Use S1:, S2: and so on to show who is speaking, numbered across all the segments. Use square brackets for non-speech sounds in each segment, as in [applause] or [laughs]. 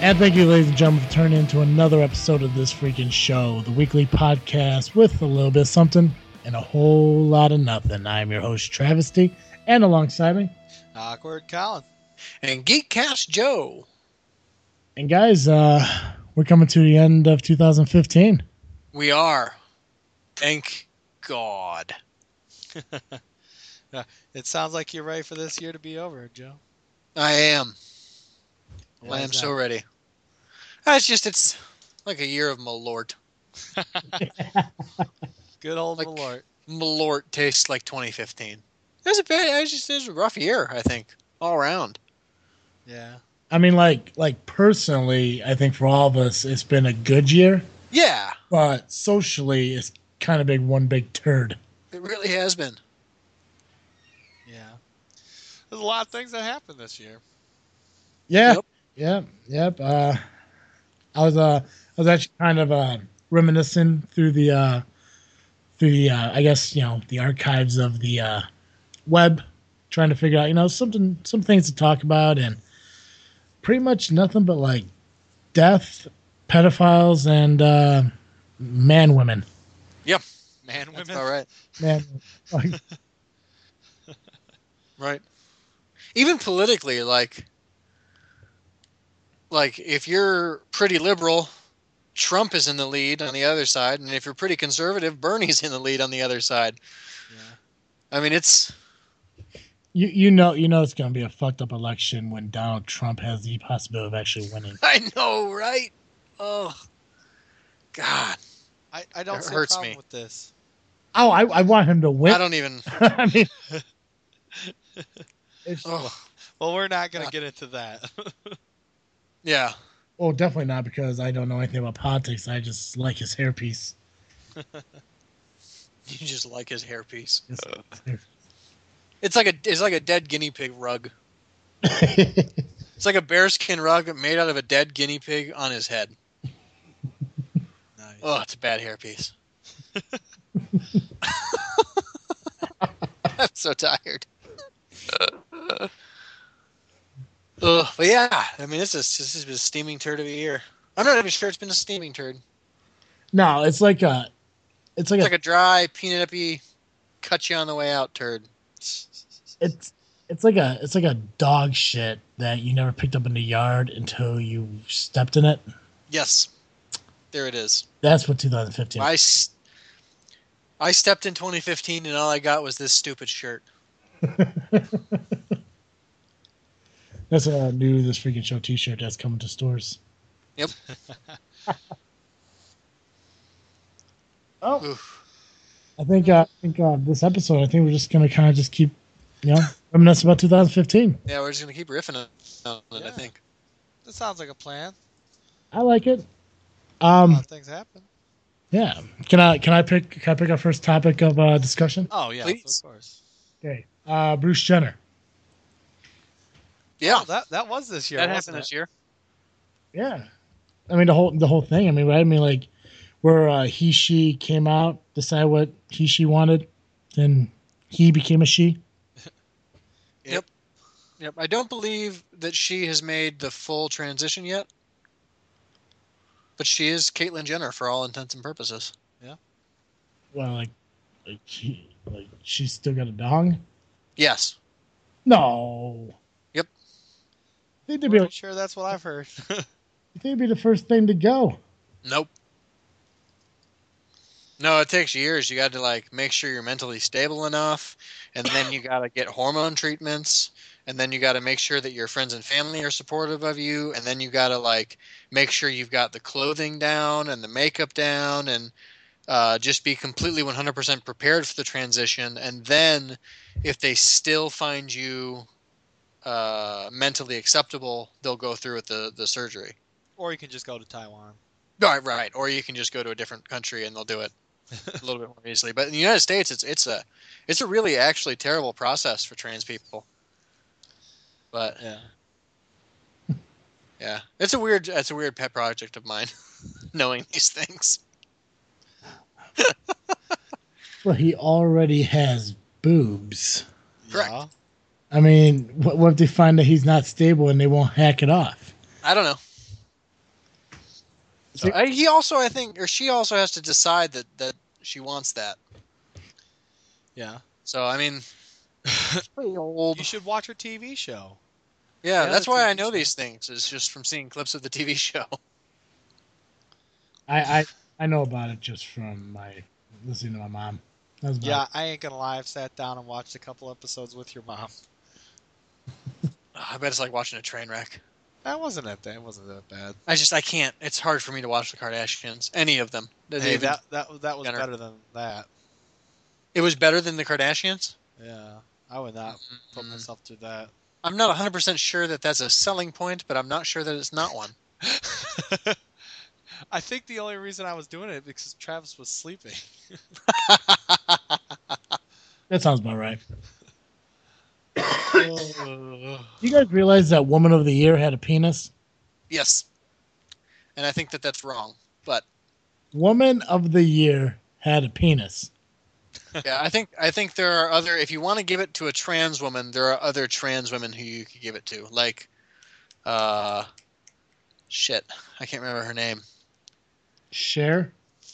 S1: And thank you, ladies and gentlemen, for turning into another episode of this freaking show, the weekly podcast with a little bit of something and a whole lot of nothing. I'm your host, Travesty, and alongside me.
S2: Awkward Colin.
S3: And Geekcast Joe.
S1: And guys, uh, we're coming to the end of 2015.
S3: We are. Thank God.
S2: It sounds like you're ready for this year to be over, Joe.
S3: I am.
S2: Why
S3: I am
S2: is
S3: so
S2: that?
S3: ready. Ah, It's just, it's like a year of Malort.
S2: Good old
S3: Like-
S2: Malort.
S3: Malort tastes like 2015. It was a bad, it was just it was a rough year, I think, all around.
S2: Yeah.
S1: I mean, like, like personally, I think for all of us, it's been a good year,
S3: Yeah,
S1: but socially, it's kind of been one big turd.
S3: it really has been.
S2: Yeah. There's a lot of things that happened this year.
S1: Yeah.
S3: Yep.
S1: Yep. Yep. Uh, I was uh, I was actually kind of uh, reminiscing through the uh, through the uh, I guess you know the archives of the uh, web, trying to figure out you know something some things to talk about and pretty much nothing but like death, pedophiles, and uh, man women.
S2: Man,
S3: That's
S2: women.
S3: about right.
S1: Man, like, [laughs]
S3: Right. Even politically, like, like if you're pretty liberal, Trump is in the lead on the other side, and if you're pretty conservative, Bernie's in the lead on the other side.
S2: Yeah.
S3: I mean, it's [laughs]
S1: you you know you know it's gonna be a fucked up election when Donald Trump has the possibility of actually winning.
S3: I know, right? Oh, God,
S2: I, I don't
S3: It
S2: see
S3: hurts
S2: a problem
S3: me.
S2: with this.
S1: Oh, I, I want him to win.
S3: I don't even.
S1: [laughs] I mean, it's,
S3: Oh,
S2: Well, we're not going to get into that. [laughs]
S3: yeah.
S1: well, definitely not because I don't know anything about politics. I just like his hairpiece.
S3: You just like his hairpiece.
S1: His-
S3: It's like a it's like a dead guinea pig rug. It's like a bearskin rug made out of a dead guinea pig on his head.
S2: nice.
S3: Oh, it's a bad hairpiece. [laughs] I'm so tired. Ugh, but yeah, I mean, this is this has been a steaming turd of a year. I'm not even sure it's been a steaming turd.
S1: [laughs] no, it's like a, it's like
S3: It's
S1: a,
S3: like a dry peanut uppy, cut you on the way out turd.
S1: it's it's like a, it's like a dog shit that you never picked up in the yard until you stepped in it.
S3: Yes, there it is.
S1: That's what 2015.
S3: I, s- I stepped in 2015 and all I got was this stupid shirt.
S1: That's a new this freaking show T-shirt that's coming to stores.
S3: Yep.
S1: oh.
S3: Oof.
S1: I think uh, I think uh, this episode. I think we're just gonna kind of just keep, you know, reminisce about 2015.
S3: Yeah, we're just gonna keep riffing on it. I
S2: Yeah.
S3: think.
S2: That sounds like a plan.
S1: I like it.
S2: A
S1: Um,
S2: lot of things happen.
S1: yeah. Can I can I pick can I pick our first topic of uh, discussion?
S2: Oh, yeah.
S3: Please.
S2: Of course.
S1: Okay. Uh, Bruce Jenner.
S3: Yeah,
S2: Oh, that, that was this year.
S3: that
S2: wasn't
S3: happened this
S2: it?
S3: year.
S1: Yeah. I mean the whole the whole thing. I mean, right? I mean, like where uh, he she came out, decided what he she wanted, then he became a she.
S3: Yep. I don't believe that she has made the full transition yet, but she is Caitlyn Jenner for all intents and purposes.
S1: Well, like, like she like she's still got a dong.
S3: Yes.
S1: No.
S3: Yep.
S1: I think they'd be
S2: I'm
S1: like,
S2: sure that's what I've heard. [laughs]
S1: I think they'd be the first thing to go.
S3: Nope. No, it takes years. You got to like make sure you're mentally stable enough, and then you got to get hormone treatments, and then you got to make sure that your friends and family are supportive of you, and then you got to like make sure you've got the clothing down and the makeup down, and uh, just be completely 100% prepared for the transition. And then, if they still find you uh, mentally acceptable, they'll go through with the the surgery.
S2: or you can just go to Taiwan.
S3: Right, right. Or you can just go to a different country and they'll do it a little bit more easily. But in the United States, it's it's a it's a really actually terrible process for trans people. But
S2: Yeah.
S3: yeah, it's a weird it's a weird pet project of mine, [laughs] knowing these things.
S1: Well, he already has boobs.
S3: Correct.
S2: Yeah.
S1: I mean, what, what if they find that he's not stable and they won't hack it off?
S3: I don't know. So, I, he also, I think, or she also has to decide that that she wants that.
S2: Yeah.
S3: So
S2: [laughs]
S3: I mean, pretty old.
S2: You should watch her TV show.
S3: Yeah,
S2: Yeah,
S3: that's
S2: the
S3: why
S2: TV
S3: I know
S2: show.
S3: these things. Is just from seeing clips of the TV show. [laughs]
S1: I, I I know about it just from my listening to my mom. That's about
S2: Yeah,
S1: it.
S2: I ain't gonna lie. I've sat down and watched a couple episodes with your mom. [laughs]
S3: I bet it's like watching a train wreck.
S2: That wasn't that bad. It wasn't that bad.
S3: I just I can't. It's hard for me to watch the Kardashians, any of them. They
S2: Hey,
S3: even-
S2: that that that was
S3: Jenner.
S2: better than that.
S3: it was better than the Kardashians.
S2: Yeah, I would not put
S3: Mm.
S2: myself through that.
S3: I'm not 100 percent sure that that's a selling point, but I'm not sure that it's not one.
S2: I think the only reason I was doing it because Travis was
S3: [laughs]
S2: sleeping.
S1: That sounds about right.
S2: yeah,
S1: You guys realize that Woman of the Year had a penis?
S3: yes, and I think that that's wrong. But
S1: Woman of the Year had a penis.
S3: yeah, I think I think there are other. If you want to give it to a trans woman, there are other trans women who you could give it to. Like, uh, shit, I can't remember her name.
S1: Cher?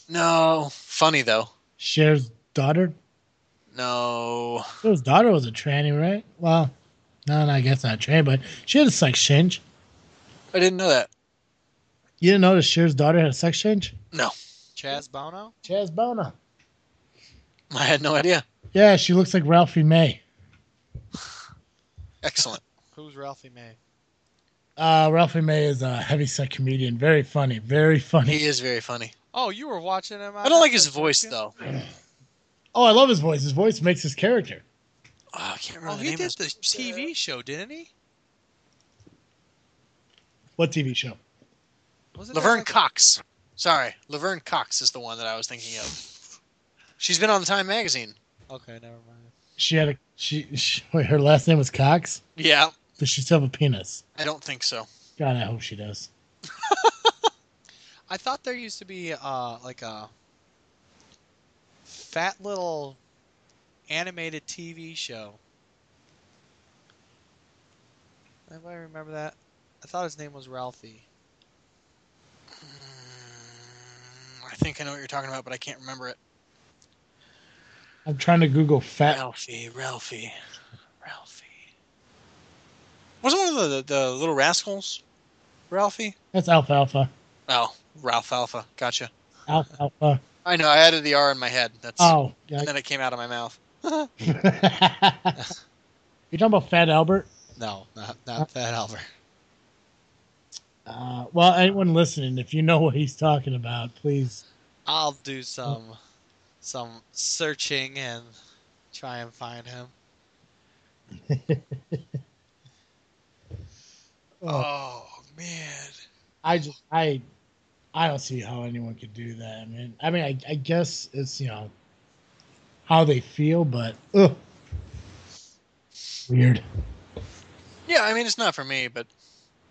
S3: No, funny though.
S1: Cher's daughter?
S3: No,
S1: His daughter was a tranny, right? Well, no, no, I guess not a tranny, but she had a sex change.
S3: I didn't know that.
S1: You didn't notice Cher's daughter had a sex change?
S2: Chaz Bono.
S1: Chaz Bona.
S3: I had no idea.
S1: Yeah, she looks like Ralphie May.
S3: Excellent.
S2: Who's Ralphie May?
S1: Uh, Ralphie May is a heavyset comedian. Very funny. Very funny.
S3: He is very funny.
S2: Oh, you were watching him.
S3: I don't like his voice though.
S1: Oh, I love his voice. His voice makes his character.
S3: Oh, I can't remember
S2: Oh,
S3: the
S2: he
S3: name
S2: did
S3: of
S2: the
S3: his-
S2: TV show, didn't he?
S1: What TV show?
S2: Wasn't that
S3: Laverne
S2: like-
S3: Cox. Sorry, Laverne Cox is the one that I was thinking of. She's been on Time magazine.
S2: Okay, never mind.
S1: She had a she. [laughs] she wait, her last name was Cox.
S3: Yeah,
S1: Does she still have a penis?
S3: I don't think so.
S1: God, I hope she does.
S2: I thought there used to be uh, like a fat little animated TV show. Anybody remember that? I thought his name was Ralphie.
S3: Mm, I think I know what you're talking about, but I can't remember it.
S1: I'm trying to Google fat.
S3: Ralphie, Ralphie, Ralphie. Wasn't one of the, the Little Rascals? Ralphie?
S1: That's alfalfa.
S3: Oh, Ralph Alpha. Gotcha.
S1: Alfalfa.
S3: I know. I added the R in my head. That's
S1: Oh, yeah. [laughs]
S3: and then it came out of my mouth.
S1: you talking about Fat Albert?
S2: No, not not Fat Albert.
S1: Uh, well, anyone listening, if you know what he's talking about, please.
S2: I'll do some some searching and try and find him.
S3: Oh man.
S1: I just I I don't see how anyone could do that. I mean, I mean, I, I guess it's you know how they feel, but ugh. weird.
S3: Yeah, I mean it's not for me, but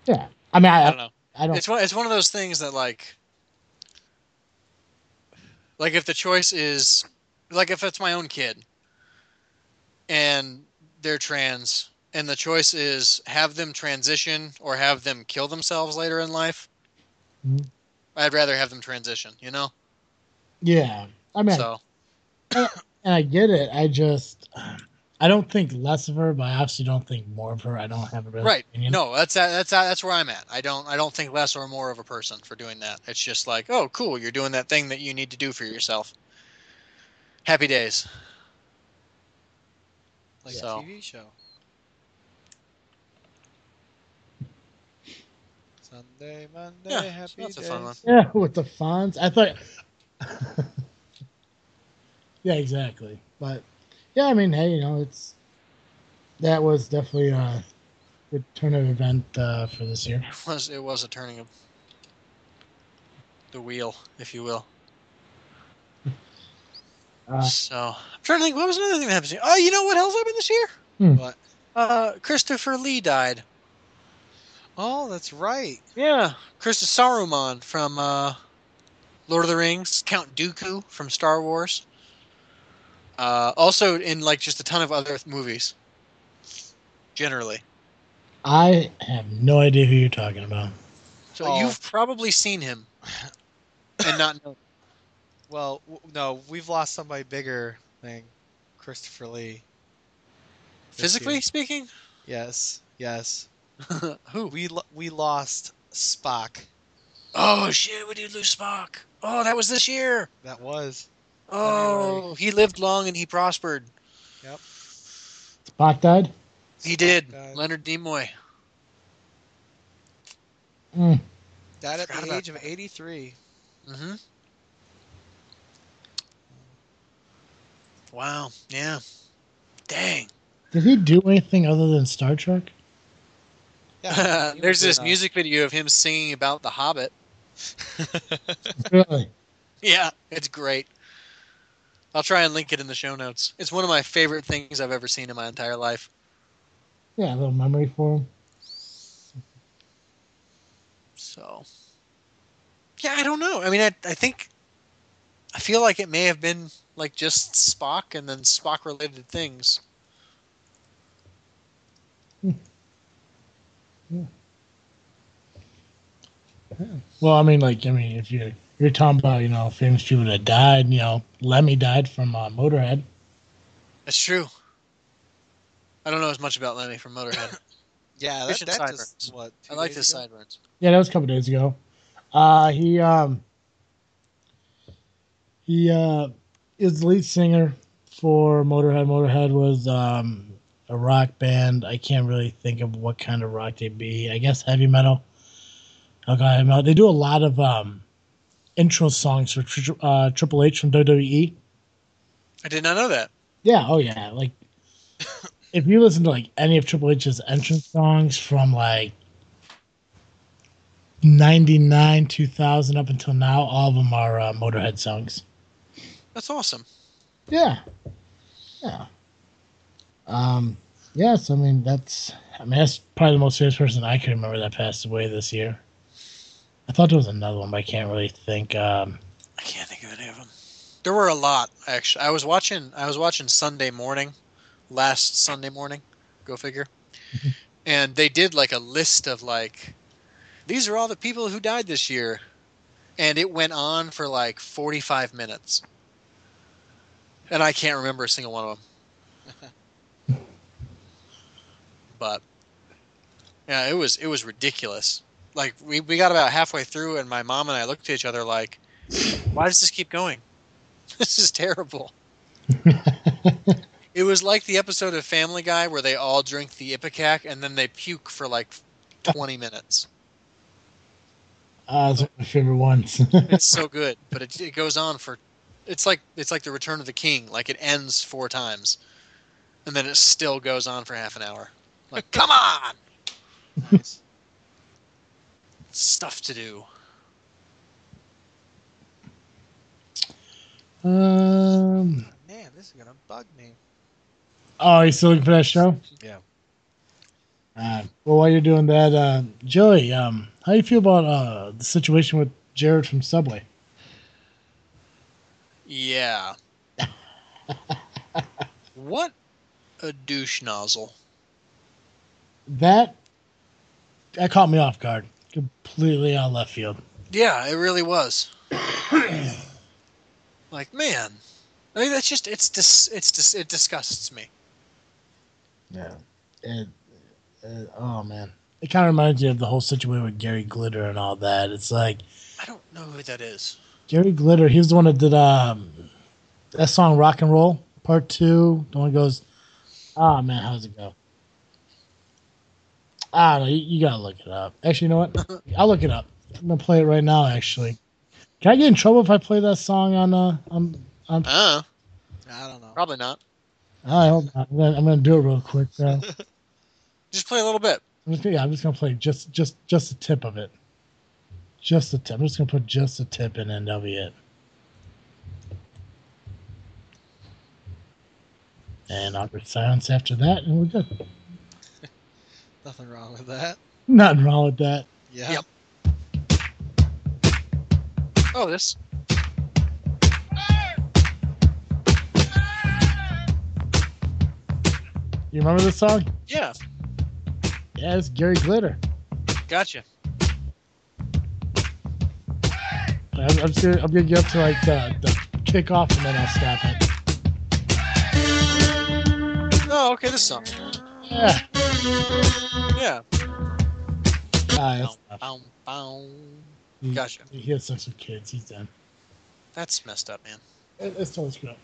S1: Yeah, I mean, I,
S3: I
S1: I
S3: don't
S1: don't.
S3: know. It's one. It's one of those things that like, like if the choice is, like if it's my own kid, and they're trans, and the choice is have them transition or have them kill themselves later in life.
S1: Mhm.
S3: I'd rather have them transition. You know.
S1: yeah, I mean,
S3: So
S1: and I get it. I just I don't think less of her, but I obviously don't think more of her. I don't have a real
S3: right.
S1: opinion.
S3: No, that's that's that's where I'm at. I don't I don't think less or more of a person for doing that. It's just like, oh, cool, you're doing that thing that you need to do for yourself. Happy days.
S2: Like
S3: So.
S2: a TV show. Sunday, Monday,
S3: Yeah,
S2: happy
S3: that's a
S2: days.
S3: fun one.
S1: Yeah, with the fonts. I thought. [laughs] yeah, exactly. But yeah, I mean, hey, you know, it's that was definitely a good turn of event uh, for this year.
S3: was it was a turning of the wheel, if you will.
S1: Uh.
S3: so I'm trying to think. What was another thing that happened? this year? Oh, you know what else happened this year?
S2: But
S3: Uh, Christopher Lee died.
S2: oh, that's right.
S3: Yeah, Christopher Saruman from uh, Lord of the Rings, Count Dooku from Star Wars. Uh, also in like just a ton of other movies. Generally,
S1: I have no idea who you're talking about.
S3: so
S2: Oh.
S3: you've probably seen him. and not know.
S2: Well, w- no, we've lost somebody bigger than Christopher Lee. this
S3: Physically
S2: year.
S3: speaking, [laughs]
S2: Yes, yes.
S3: who?
S2: We lo- we lost Spock.
S3: Oh shit! We did lose Spock. Oh, that was this year.
S2: That was.
S3: Oh, he lived long and he prospered.
S1: Spock died.
S3: He did.
S2: God.
S3: Leonard Nimoy.
S1: Mm.
S2: Died at
S3: Forgot
S2: the
S3: about
S2: age of
S3: [laughs]
S2: 83.
S3: Mm-hmm. Wow. Yeah. Dang.
S1: Did he do anything other than Star Trek? [laughs]
S2: Yeah, [laughs] he
S3: [laughs] There's
S2: was in,
S3: this
S2: uh,
S3: music video of him singing about
S2: [laughs]
S3: The Hobbit.
S1: Really?
S3: Yeah, it's great. I'll try and link it in the show notes. It's one of my favorite things I've ever seen in my entire life.
S1: Yeah, a little memory for him.
S3: So, yeah, I don't know. I mean, I, I think, I feel like it may have been like just Spock and then Spock related things.
S1: Well, I mean, like, I mean, if you're you're talking about, you know, famous people that died, you know, Lemmy died from uh, Motorhead.
S3: That's true. I don't know as much about Lemmy
S2: [laughs]
S3: from Motorhead.
S2: Yeah, that,
S3: Christian
S2: that
S3: Sideburns.
S2: just, what, two
S3: I like
S2: days
S3: his
S2: ago?
S3: sideburns.
S1: Yeah, that was a couple days ago. Uh, he um, he uh, is the lead singer for Motorhead. Motorhead was um, a rock band. I can't really think of what kind of rock they'd be. I guess heavy metal. Okay, heavy metal. They do a lot of um, intro songs for tri- uh, Triple H from E. WWE.
S3: I did not know that.
S1: Yeah, oh yeah. Like if you listen to like any of Triple H's entrance songs from like 99 2000 up until now all of them are uh, motorhead songs
S3: That's awesome.
S1: yeah yeah um yes i mean that's i mean that's probably the most famous person i can remember that passed away this year i thought there was another one but i can't really think um
S3: I can't think of any of them. There were a lot actually. I was watching. I was watching Sunday morning, last Sunday morning. Go figure. and they did like a list of like, these are all the people who died this year, and it went on for like forty five minutes. And I can't remember a single one of them. but yeah, it was it was ridiculous. Like we, we got about halfway through, and my mom and I looked at each other like, why does this keep going? [laughs] This is terrible. it was like the episode of Family Guy where they all drink the ipecac and then they puke for like 20 minutes.
S1: [laughs] uh it's one of my favorite ones [laughs]
S3: It's so good, but it, it goes on for it's like it's like the return of the king, like it ends four times and then it still goes on for half an hour. Like, come on.
S2: Nice.
S3: Stuff to do.
S1: um
S2: Man, this is going to bug me.
S1: Oh, you still looking for that show?
S2: Yeah.
S1: Uh, well, while you're doing that, uh, Joey, um, how do you feel about uh, the situation with Jared from Subway?
S3: Yeah. what a douche nozzle.
S1: That that caught me off guard, completely out of left field.
S3: Yeah, it really was. [coughs] like, man, I mean, that's just it's dis- it's dis- it disgusts me.
S1: Yeah. It, it, oh man, it kind of reminds you of the whole situation with Gary Glitter and all that. It's like
S3: I don't know who that is.
S1: Gary Glitter, he was the one that did um, that song "Rock and Roll" Part Two. The one that goes, "Ah man, how's it go?" I don't know. You, you gotta look it up. Actually, you know what? I'll look it up. I'm gonna play it right now. Actually, can I get in trouble if I play that song on uh on? on
S2: Uh-huh.
S3: Uh,
S2: I don't know.
S3: probably not.
S1: I hope not. I'm gonna, I'm gonna do it real quick though.
S3: Just play a little bit.
S1: I'm just, gonna- yeah, I'm just gonna play just just just the tip of it. Just the tip. I'm just gonna put just the tip in, and that'll be it. And awkward silence after that, and we're good.
S2: Nothing wrong with that.
S1: Nothing wrong with that.
S2: Yeah.
S3: Yep. Oh, this.
S1: You remember this song?
S3: Yeah,
S1: Yeah, it's Gary Glitter.
S3: gotcha.
S1: I'm, I'm, ser- I'm gonna get up to like the, the kickoff and then I'll stop it.
S3: Oh, okay, this song.
S1: Yeah.
S3: Yeah.
S1: Uh,
S3: Bow,
S1: it's-
S2: Oh,
S3: bow, bow.
S1: he-
S3: Gotcha.
S1: He has sex with kids. He's done.
S3: That's messed up, man.
S1: It, it's totally screwed up.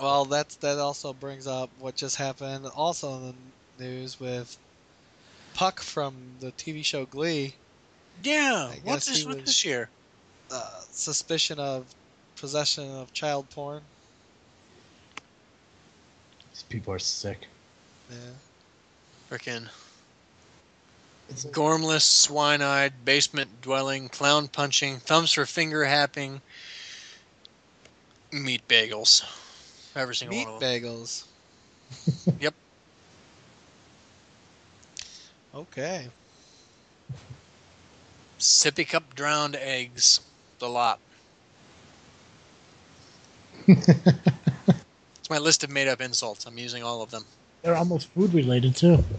S2: Well, that's that also brings up what just happened also in the news with Puck from the TV show Glee.
S3: Yeah.
S2: I
S3: What's
S2: guess
S3: this
S2: he
S3: with
S2: was-
S3: this year?
S2: Uh, suspicion of possession of child porn.
S1: These people are [laughs] sick.
S2: Yeah.
S3: Frickin'
S1: It's like,
S3: gormless, swine eyed, basement dwelling, clown punching, thumbs for finger happing, meat bagels. Every single
S2: Meat
S3: one of them.
S2: bagels.
S3: Yep.
S2: Okay. [laughs]
S3: Sippy cup drowned eggs. The lot. It's my list of made up insults. I'm using all of them.
S1: they're almost food related too. [laughs]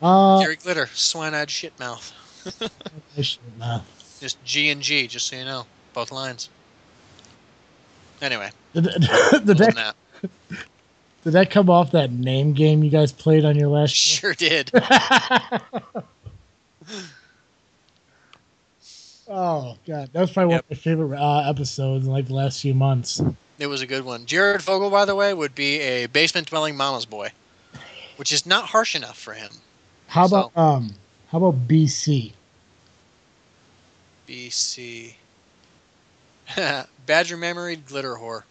S1: Uh,
S3: Gary Glitter, swine eyed shit mouth.
S1: I should know.
S3: Just G and G, just so you know. Both lines. Anyway,
S1: Did, that- [laughs] did
S3: other than
S1: that
S3: that.
S1: did that come off that name game you guys played on your last? show?
S3: [laughs] Sure did.
S1: [laughs] oh god, that was probably one of my favorite uh, episodes in like the last few months.
S3: It was a good one. Jared Fogle, by the way, would be a basement dwelling mama's boy, which is not harsh enough for him.
S1: How about um? How about BC?
S3: BC. [laughs] Badger memoried glitter whore.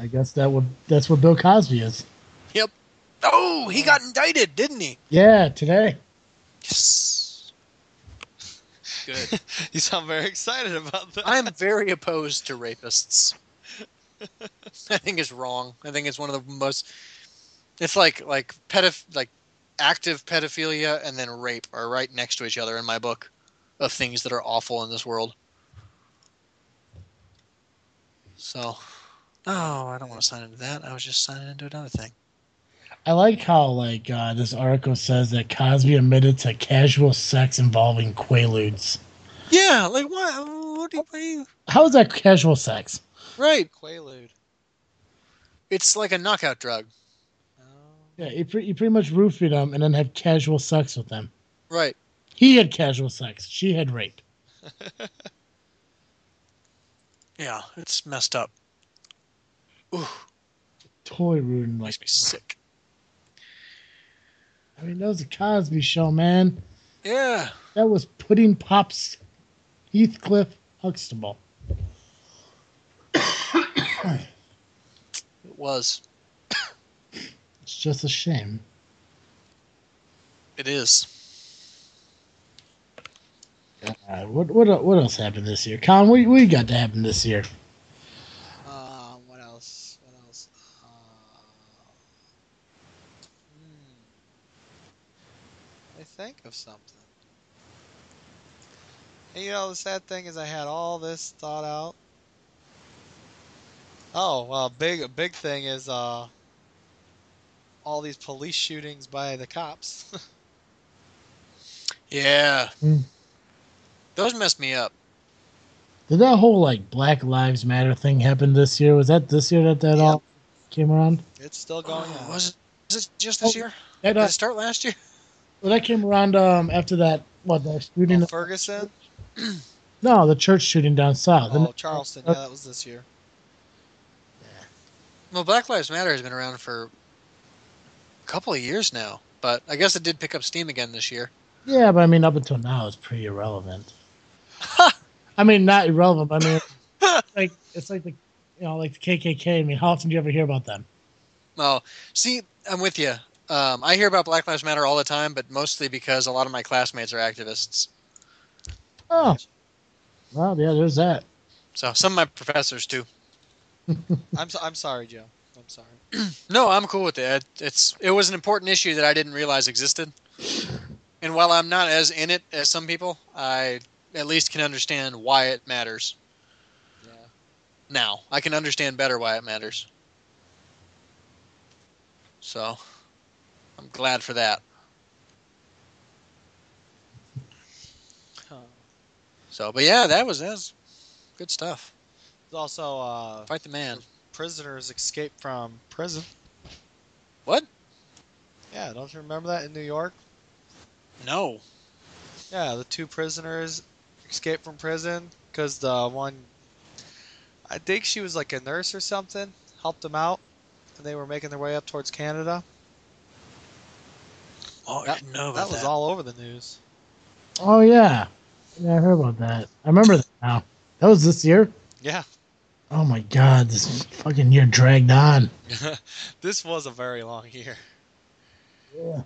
S1: I guess that would that's what Bill Cosby is.
S3: Oh, he got indicted, didn't he?
S1: Yeah, today.
S3: Yes. [laughs] Good.
S2: You sound very excited about that.
S3: I'm very opposed to rapists. [laughs] I think it's wrong. I think it's one of the most. It's like like pedoph- like active pedophilia and then rape are right next to each other in my book of things that are awful in this world. So, oh, I don't want to sign into that. I was just signing into another thing.
S1: I like how like uh, this article says that Cosby admitted to casual sex involving quaaludes.
S3: Yeah, like what? What do you? What do you
S1: How is that casual sex?
S3: right.
S2: Quaalude.
S3: It's like a knockout drug.
S2: Oh.
S1: Yeah, you, pre- you pretty much roofied them and then had casual sex with them.
S3: Right.
S1: He had casual sex. She had rape.
S3: Yeah, it's messed up. Ooh,
S1: Totally ruined. Like,
S3: makes me sick.
S1: I mean, that was a Cosby show, man.
S3: Yeah.
S1: That was Pudding Pops, Heathcliff Huxtable.
S3: It was.
S1: It's just a shame.
S3: It is.
S1: Uh, what what el- what else happened this year, Con? What what you got to happen this year?
S2: Uh, what else? What else? Uh, hmm. I think of something. And you know, the sad thing is, I had all this thought out. Oh well, big a big thing is uh, all these police shootings by the cops. [laughs]
S3: Yeah.
S1: Hmm.
S3: Those messed me up.
S1: Did that whole like Black Lives Matter thing happen this year? Was that this year that that
S3: Yeah.
S1: all came around?
S2: it's
S3: Oh,
S2: still going on.
S3: Was it, was it just this
S1: Oh,
S3: year?
S1: That
S3: Did
S1: uh,
S3: it start last year? [laughs]
S1: well, that came around um after that what the shooting?
S2: Oh, Ferguson?
S1: no, the church shooting down south.
S2: Oh, Charleston. Yeah, that was this year.
S3: Well, Black Lives Matter has been around for a couple of years now, but I guess it did pick up steam again this year.
S1: Yeah, but I mean, up until now, it's pretty irrelevant. I mean, not irrelevant. But I mean, it's like it's like the you know like the KKK. I mean, how often do you ever hear about them?
S3: Oh, see, I'm with you. Um, I hear about Black Lives Matter all the time, but mostly because a lot of my classmates are activists.
S1: Oh, well, yeah, there's that.
S3: So some of my professors too.
S2: I'm so, I'm sorry, Joe. I'm sorry.
S3: No, I'm cool with it. It's it was an important issue that I didn't realize existed. And while I'm not as in it as some people, I at least can understand why it matters
S2: Yeah.
S3: now. I can understand better why it matters. So, I'm glad for that. So, but yeah, that was that was good stuff.
S2: There's also uh,
S3: Fight the man.
S2: prisoners escape from prison.
S3: What?
S2: Yeah, don't you remember that in New York?
S3: No.
S2: Yeah, the two prisoners escaped from prison because the one, I think she was like a nurse or something, helped them out, and they were making their way up towards Canada.
S3: Oh, I didn't know
S2: That
S3: about
S2: was all over the news.
S1: Oh yeah, yeah, I heard about that. I remember that now. That was this year.
S2: Yeah,
S1: Oh my god, this fucking year dragged on.
S2: this was a very long year. [laughs]
S1: Yeah.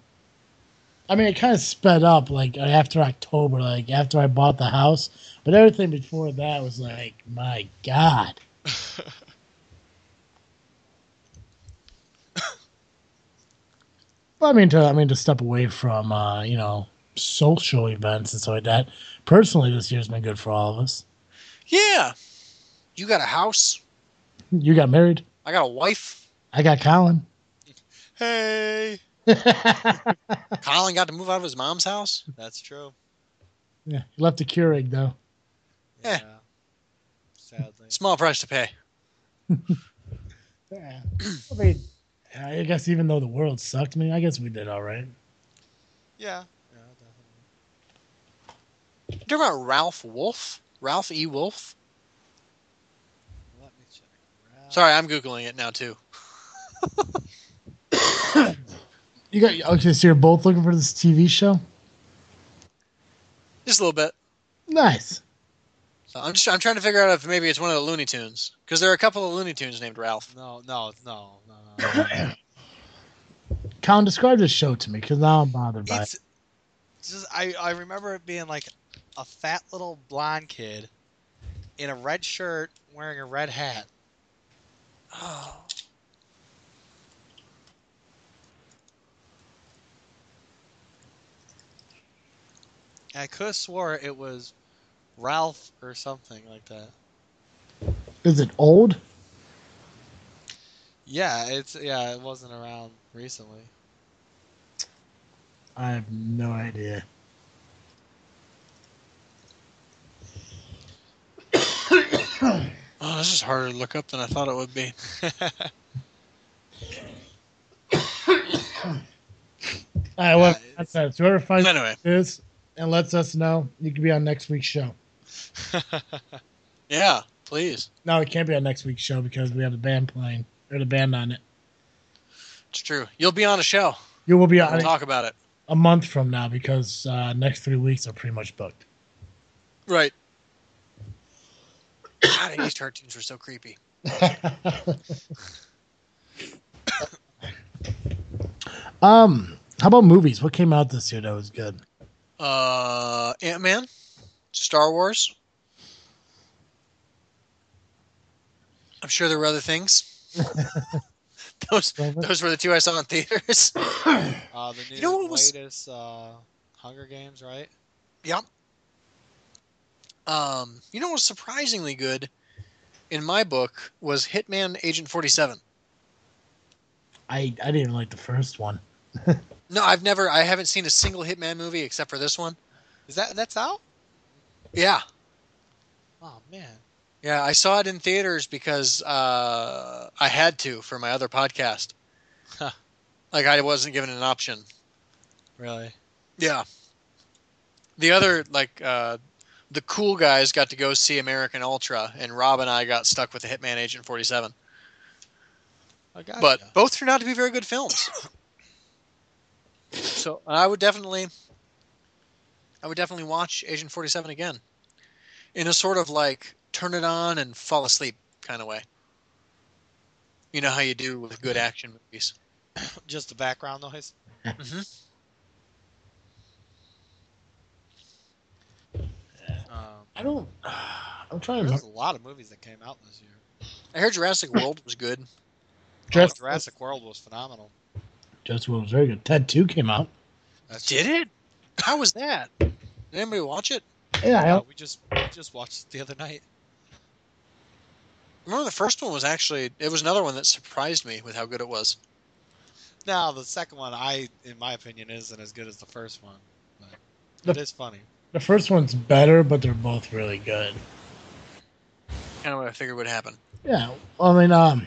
S1: I mean, it kind of sped up like uh, after October, like after I bought the house. But everything before that was like, my God. Well, I mean, to I mean to step away from uh, you know social events and stuff like that. Personally, this year's been good for all of us.
S3: Yeah. You got a house.
S1: You got married.
S3: I got a wife.
S1: I got [laughs] Colin.
S2: Hey,
S1: yeah,
S3: Colin got to move out of his mom's house.
S2: that's true.
S1: you left a Keurig though.
S2: Eh.
S3: Yeah.
S2: sadly.
S3: Small price to pay.
S1: Yeah. I mean, I guess even though the world sucked, I mean, I guess we did all right.
S2: Yeah. yeah
S3: You talking about Ralph Wolf? Ralph E. Wolf?
S2: definitely. Let me check. Ralph-
S3: Sorry, I'm googling it now too.
S1: You got okay. So you're both looking for this TV show.
S3: Just a little bit.
S1: Nice.
S3: So I'm just I'm trying to figure out if maybe it's one of the Looney Tunes because there are a couple of Looney Tunes named Ralph.
S2: No, no, no, no, no. [laughs] no.
S1: [clears throat] Colin, describe this show to me because now I'm bothered by it.
S2: it's just I, I remember it being like a fat little blonde kid in a red shirt wearing a red hat.
S3: Oh.
S2: And I could have swore it was Ralph or something like that.
S1: Is it old?
S2: Yeah, it's yeah, it wasn't around recently.
S1: I have no idea.
S3: oh, this is harder to look up than I thought it would be.
S1: All right, well,
S2: Yeah, it's-
S1: that's it. Whoever finds
S3: Anyway.
S1: this and lets us know, you can be on next week's show.
S3: Yeah, please.
S1: No, it can't be on next week's show because we have the band playing or the band on it.
S3: It's true. You'll be on a show.
S1: You will be
S3: We'll
S1: on it
S3: talk about it.
S1: a month from now because uh, next three weeks are pretty much [laughs] booked.
S3: Right. God, these cartoons were so creepy.
S1: Um, how about movies? What came out this year that was good?
S3: Uh, Ant Man, Star Wars. I'm sure there were other things. those those were the two I saw in theaters. [laughs]
S2: Uh, the new
S3: You know what was-
S2: latest uh, Hunger Games, right?
S3: Yep. Um, you know what was surprisingly good in my book was Hitman Agent 47.
S1: I I didn't even like the first one.
S3: No, I've never, I haven't seen a single Hitman movie except for this one.
S2: Is that that's out?
S3: Yeah.
S2: Oh man.
S3: Yeah, I saw it in theaters because uh, I had to for my other podcast.
S2: Huh.
S3: Like I wasn't given an option.
S2: Really?
S3: Yeah. The other like uh, the cool guys got to go see American Ultra, and Rob and I got stuck with the Hitman Agent Forty Seven.
S2: I got
S3: But both turned out to be very good films. so I would definitely, I would definitely watch Agent Forty Seven again, in a sort of like turn it on and fall asleep kind of way. You know how you do with good action movies.
S2: just the background noise.
S3: Mhm.
S2: [laughs] Um,
S1: I don't. I'm trying to
S2: there's
S1: remember.
S2: a lot of movies that came out this year.
S3: I heard Jurassic World was good.
S1: Jurassic-
S2: oh, Jurassic World was phenomenal.
S1: Jurassic World was very good. Ted Two came out.
S2: That's
S3: it? How was that? Did anybody watch it?
S1: Yeah,
S2: Yeah,
S1: I,
S2: we just we just watched it the other night.
S3: Remember the first one was actually it was another one that surprised me with how good it was.
S2: Now the second one, I in my opinion, isn't as good as the first one, but
S1: The-
S2: it is funny.
S1: The first one's better, but they're both really good.
S3: Kind of what I figured would happen.
S1: Yeah, well, I mean, um,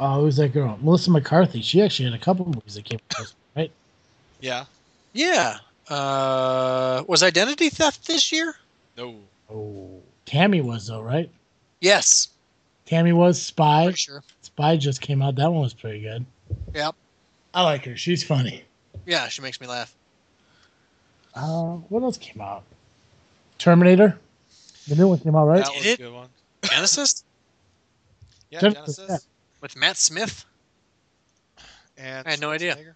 S1: uh, who's that girl? Melissa McCarthy. She actually had a couple movies that came out, right?
S2: Yeah.
S3: Yeah. Uh, was Identity Theft this year?
S2: No.
S1: Oh, Tammy was though, right?
S3: Yes.
S1: Tammy was Spy.
S3: Pretty sure.
S1: Spy just came out. That one was pretty good.
S3: Yep.
S1: I like her. She's funny.
S3: Yeah, she makes me laugh.
S1: Uh, what else came out? Terminator. The new one came out, right?
S2: That was
S3: Did
S2: a
S3: it?
S2: good one.
S3: Genesis [coughs]
S2: Yeah,
S1: Just- yeah.
S2: Genesis.
S3: with Matt Smith.
S2: And
S3: I had no idea.
S2: Schwarzenegger.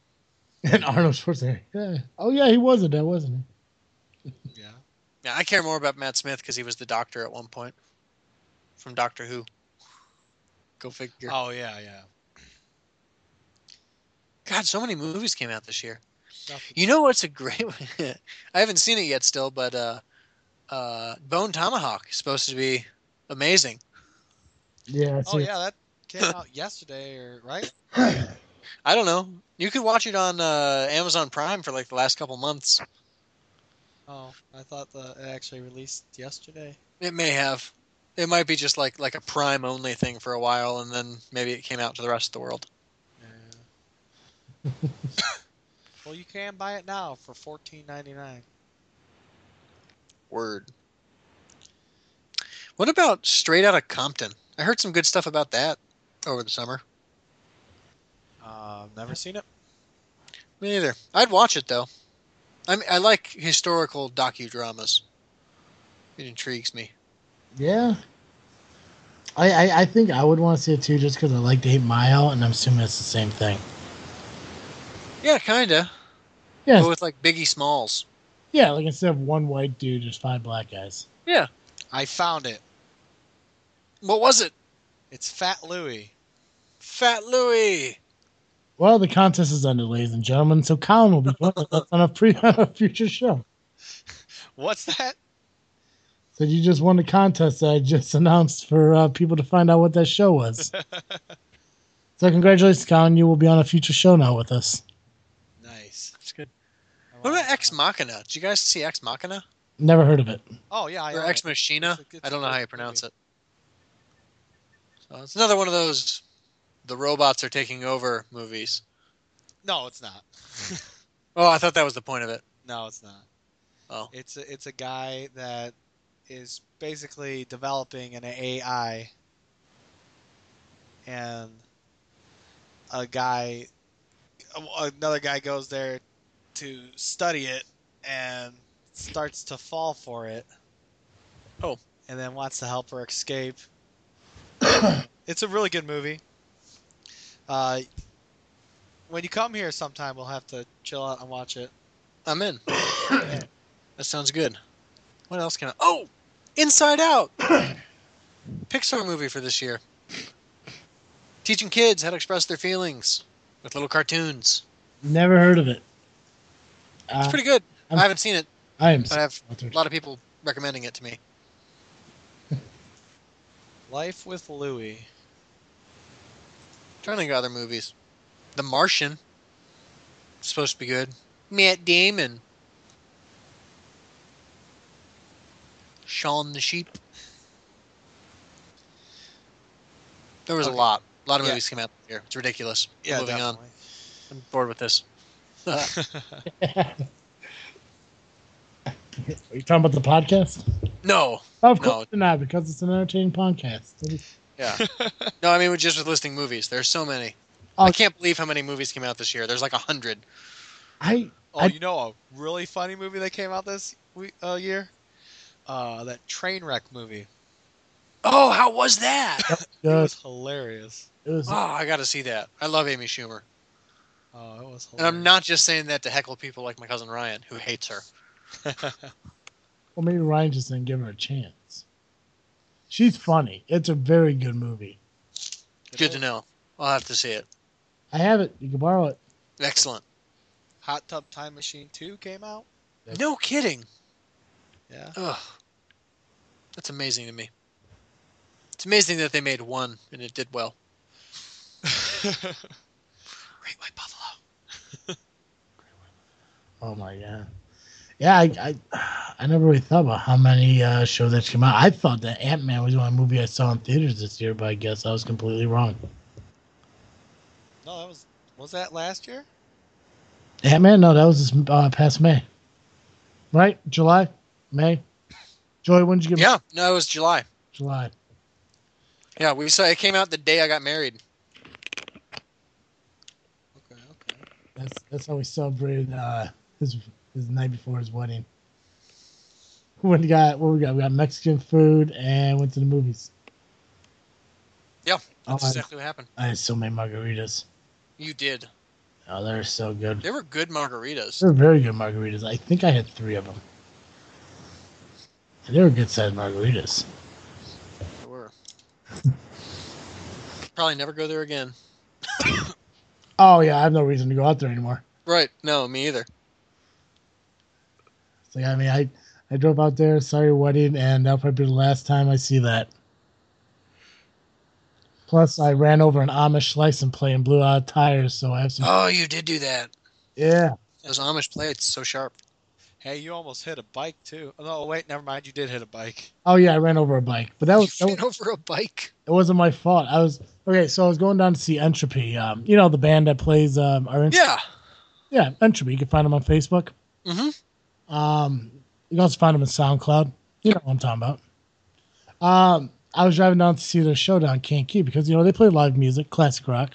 S1: [laughs] And Arnold Schwarzenegger. Yeah. Oh yeah, he was in that, wasn't
S2: Yeah.
S3: Yeah, I care more about Matt Smith because he was the Doctor at one point from Doctor Who. Go figure.
S2: Oh yeah, yeah.
S3: God, so many movies came out this year.
S2: Nothing.
S3: You know what's a great [laughs] one? I haven't seen it yet still, but uh, uh, Bone Tomahawk is supposed to be amazing.
S1: he? Yeah. I
S2: Oh
S1: see.
S2: yeah, that
S3: [laughs]
S2: came out yesterday, or right?
S3: I don't know. You could watch it on uh, Amazon Prime for like the last couple months.
S2: Oh, I thought the it actually released yesterday.
S3: It may have. It might be just like like a Prime only thing for a while, and then maybe it came out to the rest of the world.
S2: Yeah.
S1: [laughs]
S2: well, you can buy it now for fourteen ninety nine.
S3: Word. What about Straight Outta Compton? I heard some good stuff about that over the summer.
S2: Uh, never seen it.
S3: Me neither. I'd watch it though. I mean, I like historical docudramas. It intrigues me.
S1: Yeah. I, I, I think I would want to see it too, just because I liked Eight Mile, and I'm assuming it's the same thing.
S3: Yeah, kinda.
S1: Yeah,
S3: But with like Biggie Smalls.
S1: yeah. Like instead of one white dude, there's five black guys.
S2: I found it.
S3: What was it?
S2: It's Fat Louie.
S3: Fat Louie.
S1: Well, the contest is ended, ladies and gentlemen. So Colin will be [laughs] joining us on a pre [laughs] on a future show.
S2: What's that?
S1: So you just won the contest that I just [laughs] announced for uh, people to find out what that show
S3: [laughs]
S1: was. so congratulations, Colin. You will be on a future show now with us.
S2: Nice.
S3: That's good.
S2: I
S3: What
S2: wanna-
S3: about Ex Machina? Did you guys see Ex Machina
S1: Never heard of it.
S2: Oh yeah, I
S3: or
S2: own
S3: Ex
S2: it.
S3: Machina?
S2: It's a- it's
S3: I
S2: a
S3: don't know how
S2: good
S3: you pronounce it. So it's another one of those the robots are taking over movies.
S2: No, it's not. [laughs]
S3: Oh, I thought that was the point of it.
S2: no, it's not.
S3: Oh,
S2: It's a, it's a guy that is basically developing an AI, and a guy, another guy goes there to study it and starts to fall for it.
S3: Oh.
S2: and then wants to help her
S3: [coughs]
S2: escape. it's a really good movie. Uh, when you come here sometime, we'll have to chill out and watch it. [coughs]
S3: I'm in. that sounds good. What else can I? Oh, Inside Out, [coughs] Pixar movie for this year, teaching kids how to express their feelings with little cartoons.
S1: Never heard of it. Uh,
S3: It's pretty good.
S1: I'm-
S3: I haven't seen it,
S1: I am.
S3: but I have a
S1: [coughs]
S3: lot of people recommending it to me.
S2: Life with Louie.
S3: trying to think of other movies. The Martian. Supposed to be good. Matt Damon. Shaun the Sheep. There was
S2: Okay.
S3: a lot. A lot of
S2: Yeah.
S3: movies came out this year. It's ridiculous.
S2: Yeah,
S3: Moving on. Uh,
S2: definitely.
S3: I'm bored with this.
S1: [laughs] Are you talking about the podcast? Oh,
S3: No.
S1: Of
S3: No.
S1: course not, because it's an entertaining podcast.
S3: Yeah. [laughs] no, I mean with- just with listing movies. There's so many.
S1: Oh.
S3: I can't believe how many movies came out this year. There's like a hundred.
S1: I
S2: Oh,
S1: I-
S2: you know a really funny movie that came out this we uh, year? Uh, that train wreck movie.
S3: Oh, how was that?
S2: It
S1: uh,
S2: was hilarious.
S1: it was
S3: [laughs] oh, I gotta see that. I love Amy Schumer.
S2: Oh, it was hilarious.
S3: And I'm not just saying that to heckle people like my cousin Ryan, who hates her.
S1: well, maybe Ryan just didn't give her a chance. She's funny. It's a very good movie.
S2: It
S3: Good
S2: is.
S3: to know. I'll have to see it.
S1: I have it. You can borrow it.
S3: Excellent.
S2: Hot Tub Time Machine 2 came
S3: [laughs]
S2: out.
S1: Yep.
S3: No kidding.
S2: Yeah.
S3: Ugh. That's amazing to me. It's amazing that they made one and it did well. Great White Buffalo.
S1: Oh my god. Yeah, I, I, I never really thought about how many uh, shows that came out. I thought that Ant Man was the only movie I saw in theaters this year, but I guess I was completely wrong.
S2: No, that was was that last year?
S1: Ant Man? No, that was this uh, past May. Right? July? May? Joy, when did you get
S3: Yeah, no, it was July.
S1: July.
S3: Yeah, we saw it came out the day I got married.
S2: Okay, okay.
S1: That's that's how we celebrated uh, his his night before his wedding. When we got what we got, we got Mexican food and went to the movies.
S3: Yeah,
S1: oh,
S3: That's
S1: I,
S3: exactly what happened.
S1: I had so many margaritas.
S3: You did.
S1: Oh, they're so good.
S3: They were good margaritas.
S1: They're very good margaritas. I think I had three of them. They were good sized margaritas.
S3: They were. Probably never go there again.
S1: Oh yeah, I have no reason to go out there anymore.
S3: Right. No, me either.
S1: It's like I mean, I I drove out there, saw your wedding, and that'll probably be the last time I see that. Plus, I ran over an Amish license plate and blew out tires, so I have some.
S3: Oh, you did do that.
S1: Yeah,
S3: Those Amish plates so sharp.
S2: Hey, you almost hit a bike too. Oh, No, wait, never mind. You did hit a bike.
S1: Oh yeah, I ran over a bike, but that
S3: You
S1: was, that was
S3: ran over a bike.
S1: it wasn't my fault. I was okay, so I was going down to see Entropy. Um, you know the band that plays um our
S3: Yeah.
S1: yeah Entropy. You can find them on Facebook.
S3: Mhm.
S1: Um, you can also find them on SoundCloud. You know what I'm talking about. Um, I was driving down to see their show down in Kankakee because you know they play live music, classic rock.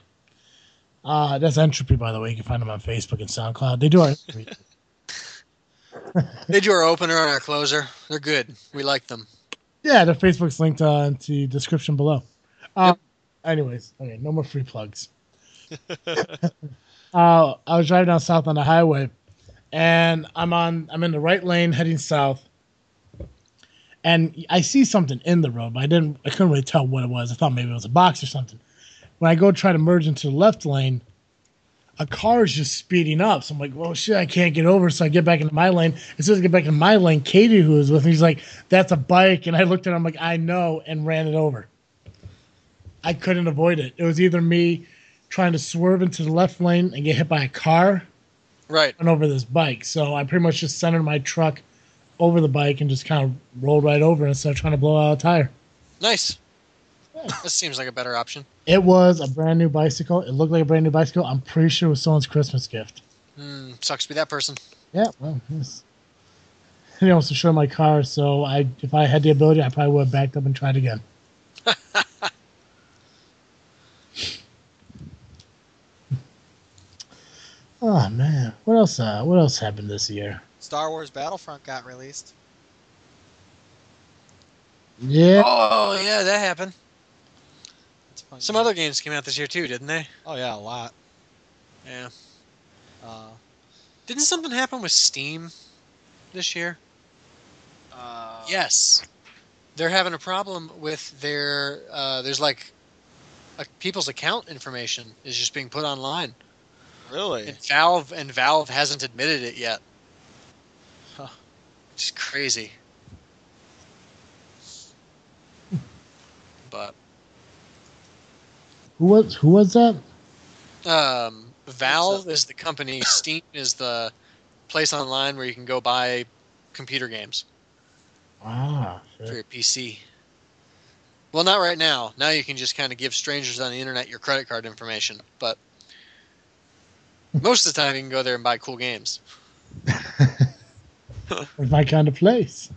S1: Uh, that's Entropy, by the way. You can find them on Facebook and SoundCloud. They do our
S3: They do our opener and our closer. They're good. We like them.
S1: Yeah, the Facebook's linked uh, to the description below. Uh, Anyways, okay, no more free plugs. [laughs] uh, I was driving down south on the highway, and I'm on I'm in the right lane heading south, and I see something in the road, but I didn't I couldn't really tell what it was. I thought maybe it was a box or something. When I go try to merge into the left lane, a car is just speeding up. So I'm like, well, shit, I can't get over. So I get back into my lane. As soon as I get back into my lane, Katie, who was with me, she's like, that's a bike. And I looked at him, I'm like, I know, and ran it over. I couldn't avoid it. It was either me trying to swerve into the left lane and get hit by a car
S3: Right.
S1: and over this bike. So I pretty much just centered my truck over the bike and just kind of rolled right over instead of trying to blow out a tire.
S3: Nice.
S1: Yeah.
S3: That seems like a better option.
S1: It was a brand new bicycle. It looked like a brand new bicycle. I'm pretty sure it was someone's Christmas gift.
S3: Hmm, sucks to be that person.
S1: Yeah, well, yes. And he wants to show my car, so I if I had the ability, I probably would have backed up and tried again. oh man, what else? Uh, what else happened this year?
S2: Star Wars Battlefront got released.
S1: Yeah,
S3: Oh yeah, that happened.
S2: That's a fun
S3: Some
S2: game.
S3: other games came out this year too, didn't they?
S2: Oh yeah, a lot.
S3: Yeah.
S2: Uh,
S3: Didn't something happen with Steam this year?
S2: uh,
S3: Yes. They're having a problem with their. Uh, there's like, a, people's account information is just being put online,
S2: Really?
S3: and Valve and Valve hasn't admitted it yet.
S2: Huh.
S3: It's crazy. but
S1: who was who was that?
S3: um, Valve is the company. Steam is the place online where you can go buy computer games.
S1: Ah,
S3: for
S1: sure.
S3: your PC. Well, not right now. Now you can just kind of give strangers on the internet your credit card information, but most of the time you can go there and buy cool games.
S1: It's my kind of place.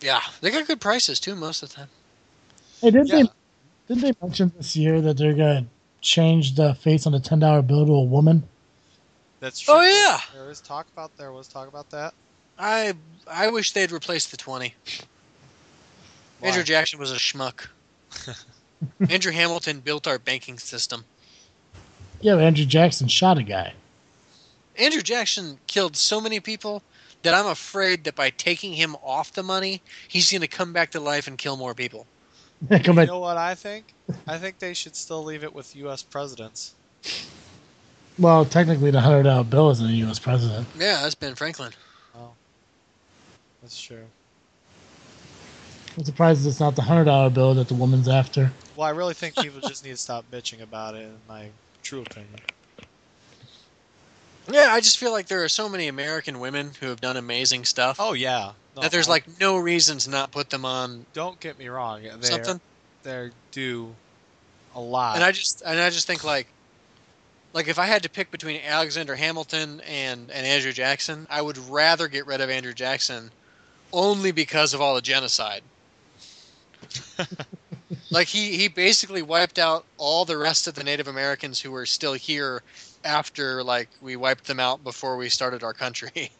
S3: Yeah, they got good prices too most of the time.
S1: Hey, didn't
S2: Yeah.
S1: they didn't they mention this year that they're gonna change the face on the ten dollar bill to a woman?
S2: That's true.
S3: Oh yeah,
S2: There is talk about there was talk about that.
S3: I I wish they'd replaced the twenty. Andrew
S2: Why?
S3: Jackson was
S2: [laughs]
S3: a schmuck. Andrew Hamilton built our banking system.
S1: Yeah, but Andrew Jackson shot a guy. [laughs]
S3: Andrew Jackson killed so many people that I'm afraid that by taking him off the money, he's going to come back to life and kill more people.
S1: Come
S2: You
S1: back.
S2: know what I think? I think they should still leave it with U.S. presidents.
S1: Well, technically, the hundred dollar bill isn't a U.S. president.
S3: Yeah, that's Ben Franklin.
S2: That's true.
S1: I'm surprised it's not the hundred dollar bill that the woman's after.
S2: Well, I really
S3: [laughs]
S2: think people just need to stop bitching about it. In my true opinion.
S3: Yeah, I just feel like there are so many American women who have done amazing stuff
S2: Oh yeah. No,
S3: that there's
S2: I-
S3: like no reason to not put them on
S2: Don't get me wrong. They're,
S3: something.
S2: They do a lot.
S3: And I just and I just think like like if I had to pick between Alexander Hamilton and and Andrew Jackson, I would rather get rid of Andrew Jackson only because of all the genocide. like he he basically wiped out all the rest of the Native Americans who were still here after like we wiped them out before we started our country.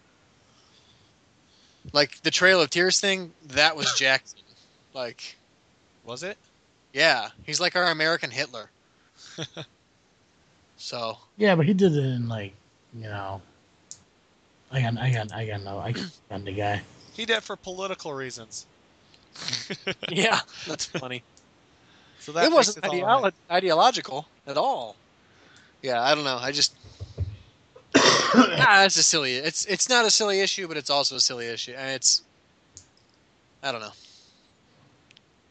S3: [laughs] like the Trail of Tears thing, that was Jackson. Like
S2: was it?
S3: yeah, he's like our American Hitler. [laughs] so
S1: Yeah, but he did it in like, you know. I got, I got, I got no, I can't stand the guy.
S2: He did it for political reasons.
S3: yeah, that's funny.
S2: So that
S3: it
S2: makes
S3: wasn't
S2: it all
S3: ideolo-
S2: right.
S3: ideological at all. Yeah, I don't know. I just [coughs] ah, it's a silly. It's it's not a silly issue, but it's also a silly issue. And it's I don't know.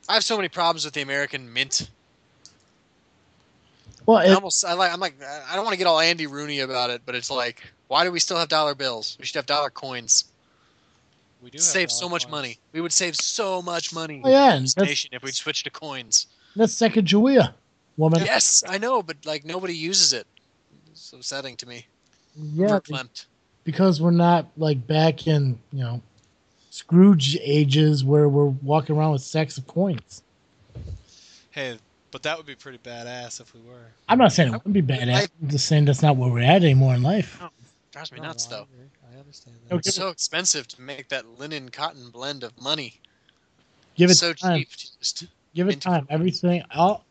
S3: I have so many problems with the American mint.
S1: Well,
S3: I
S1: it,
S3: almost I like I'm like I don't want to get all Andy Rooney about it, but it's like why do we still have dollar bills? We should have dollar coins.
S2: We do have
S3: save so
S2: dollar
S3: much
S2: coins.
S3: money. We would save so much money.
S1: oh, yeah, and
S3: This
S1: that's,
S3: nation if we'd switch to coins.
S1: that's Sacagawea, woman.
S3: Yes, I know, but like nobody uses it. It's upsetting to me.
S1: yeah
S3: We're clamped.
S1: because we're not like back in you know Scrooge ages where we're walking around with sacks of coins.
S2: Hey, but that would be pretty badass if we were.
S1: I'm not saying it wouldn't be badass. I'm just saying that's not where we're at anymore in life.
S3: drives me
S1: Oh,
S2: No,
S3: nuts
S2: no, I
S3: though.
S2: agree. I understand that.
S1: Okay.
S3: It's so expensive to make that linen cotton blend of money.
S1: Give it
S3: so
S1: time.
S3: cheap. to Just,
S1: Give it
S3: into-
S1: time. Everything. I'll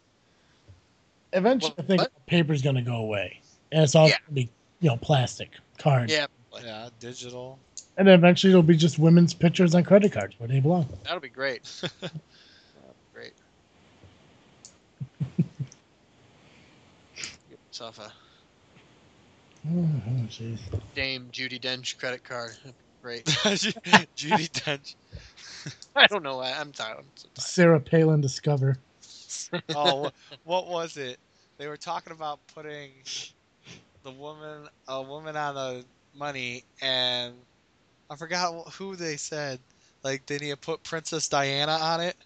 S1: eventually.
S3: What-
S1: I think paper's gonna go away, and it's all
S3: Yeah.
S1: gonna be you know plastic cards,
S3: yeah,
S2: Yeah, digital.
S1: and then eventually it'll be just women's pictures on credit cards where they belong.
S3: that'll be great. [laughs] great. Get yourself a
S1: Oh, oh, jeez.
S3: Dame Judy Dench credit card. Great. [laughs]
S2: Judy Dench.
S3: I don't know. why I'm tired.
S1: Sarah Palin discover. [laughs]
S2: Oh, wh- what was it? They were talking about putting the woman, a woman on the money, and I forgot wh- who they said. Like they need to put Princess Diana on it.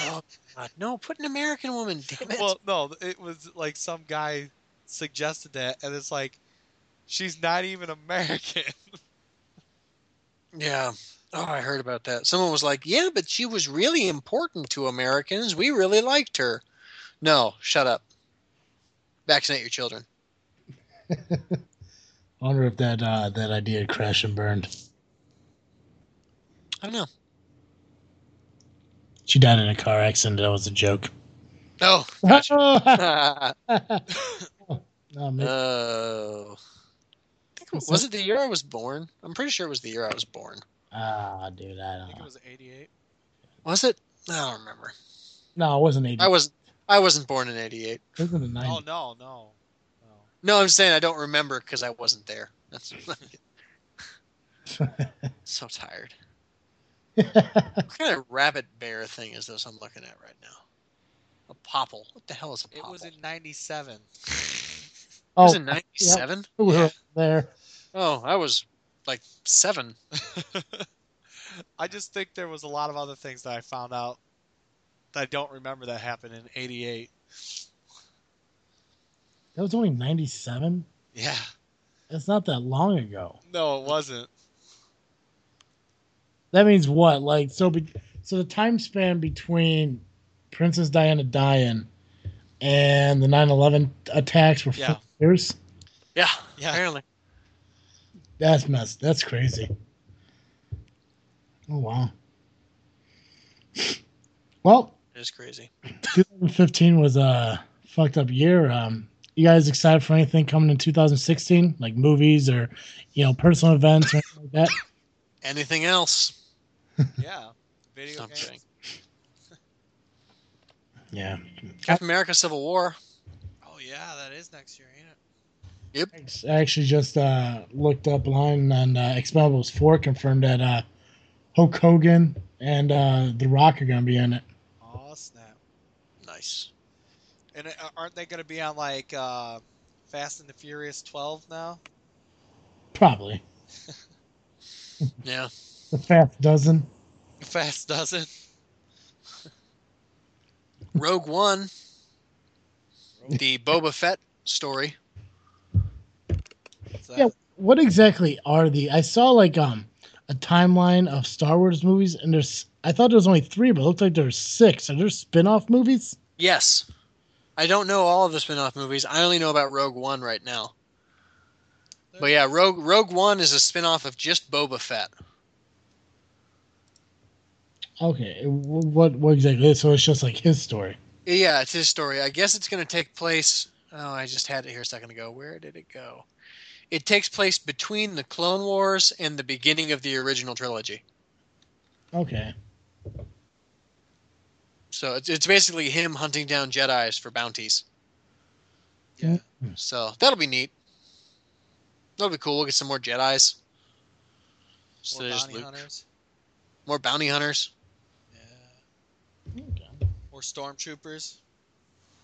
S3: Oh, God. No, put an American woman. [laughs] Damn it.
S2: Well, no, it was like some guy suggested that, and it's like she's not even American.
S3: yeah. Oh, I heard about that. Someone was like, yeah, but she was really important to Americans. We really liked her. No, shut up. Vaccinate your children.
S1: I wonder if that uh, that idea crashed and burned.
S3: I don't know.
S1: She died in a car accident. That was a joke. [laughs]
S3: No. Gotcha. [laughs]
S1: oh, man.
S3: oh. I think- Uh, Was it the year I was born? I'm pretty sure it was the year I was born.
S1: Ah, dude, I
S2: I
S1: don't
S2: think it
S1: know.
S2: was '88.
S3: Was it? I don't remember.
S1: No, it wasn't 80.
S3: I wasn't. I wasn't born in '88.
S1: it was in the 90s.
S2: Oh no, no, no.
S3: No, I'm saying I don't remember because I wasn't there. That's [laughs] so tired. What kind of rabbit bear thing is this I'm looking at right now? A popple. What the hell is a
S2: It
S3: popple?
S2: was in '97.
S3: It was
S1: [laughs] oh,
S3: in 97?
S1: we were there.
S3: Oh, I was like seven.
S2: I just think there was a lot of other things that I found out that I don't remember that happened in '88.
S1: That was only 97.
S2: Yeah.
S1: That's not that long ago.
S2: No, it wasn't.
S1: That means what? Like, so be- so the time span between Princess Diana dying and the 9 11 attacks were
S2: Yeah.
S1: four years?
S3: Yeah,
S2: Yeah.
S3: apparently.
S1: That's messed. That's crazy. Oh wow. [laughs] Well,
S3: It is crazy.
S1: 2015 was a fucked up year. Um, you guys excited for anything coming in 2016, like movies or you know personal events or anything like that?
S3: Anything else?
S2: Yeah. Video
S3: Something.
S2: games.
S1: Yeah.
S3: Captain America Civil War.
S2: Oh yeah, that is next year, ain't it?
S1: I actually just uh, looked up line on uh, Expendables 4 confirmed that uh, Hulk Hogan and uh, The Rock are gonna be in it.
S2: Oh snap!
S3: Nice.
S2: And uh, aren't they going to be on like uh, Fast and the Furious 12 now?
S1: Probably
S3: Yeah.
S1: the fast dozen.
S2: Fast dozen.
S3: Rogue One, the Boba Fett story.
S2: Is that-
S1: Yeah. What exactly are the? I saw like um a timeline of Star Wars movies, and there's I thought there was only three, but it looks like there's six. Are there spin-off movies?
S3: Yes. I don't know all of the spin off movies. I only know about Rogue One right now. But yeah, Rogue Rogue One is a spin off of just Boba Fett.
S1: Okay, wh- what what exactly? So it's just like his story.
S3: Yeah, it's his story. I guess it's going to take place. Oh, I just had it here a second ago. Where did it go? It takes place between the Clone Wars and the beginning of the original trilogy.
S1: Okay,
S3: So it's, it's basically him hunting down Jedi's for bounties.
S1: Yeah.
S3: So that'll be neat. That'll be cool. We'll get some more Jedi's. So
S2: More
S3: there's
S2: bounty
S3: Luke.
S2: hunters.
S3: More bounty hunters.
S2: Yeah. More stormtroopers.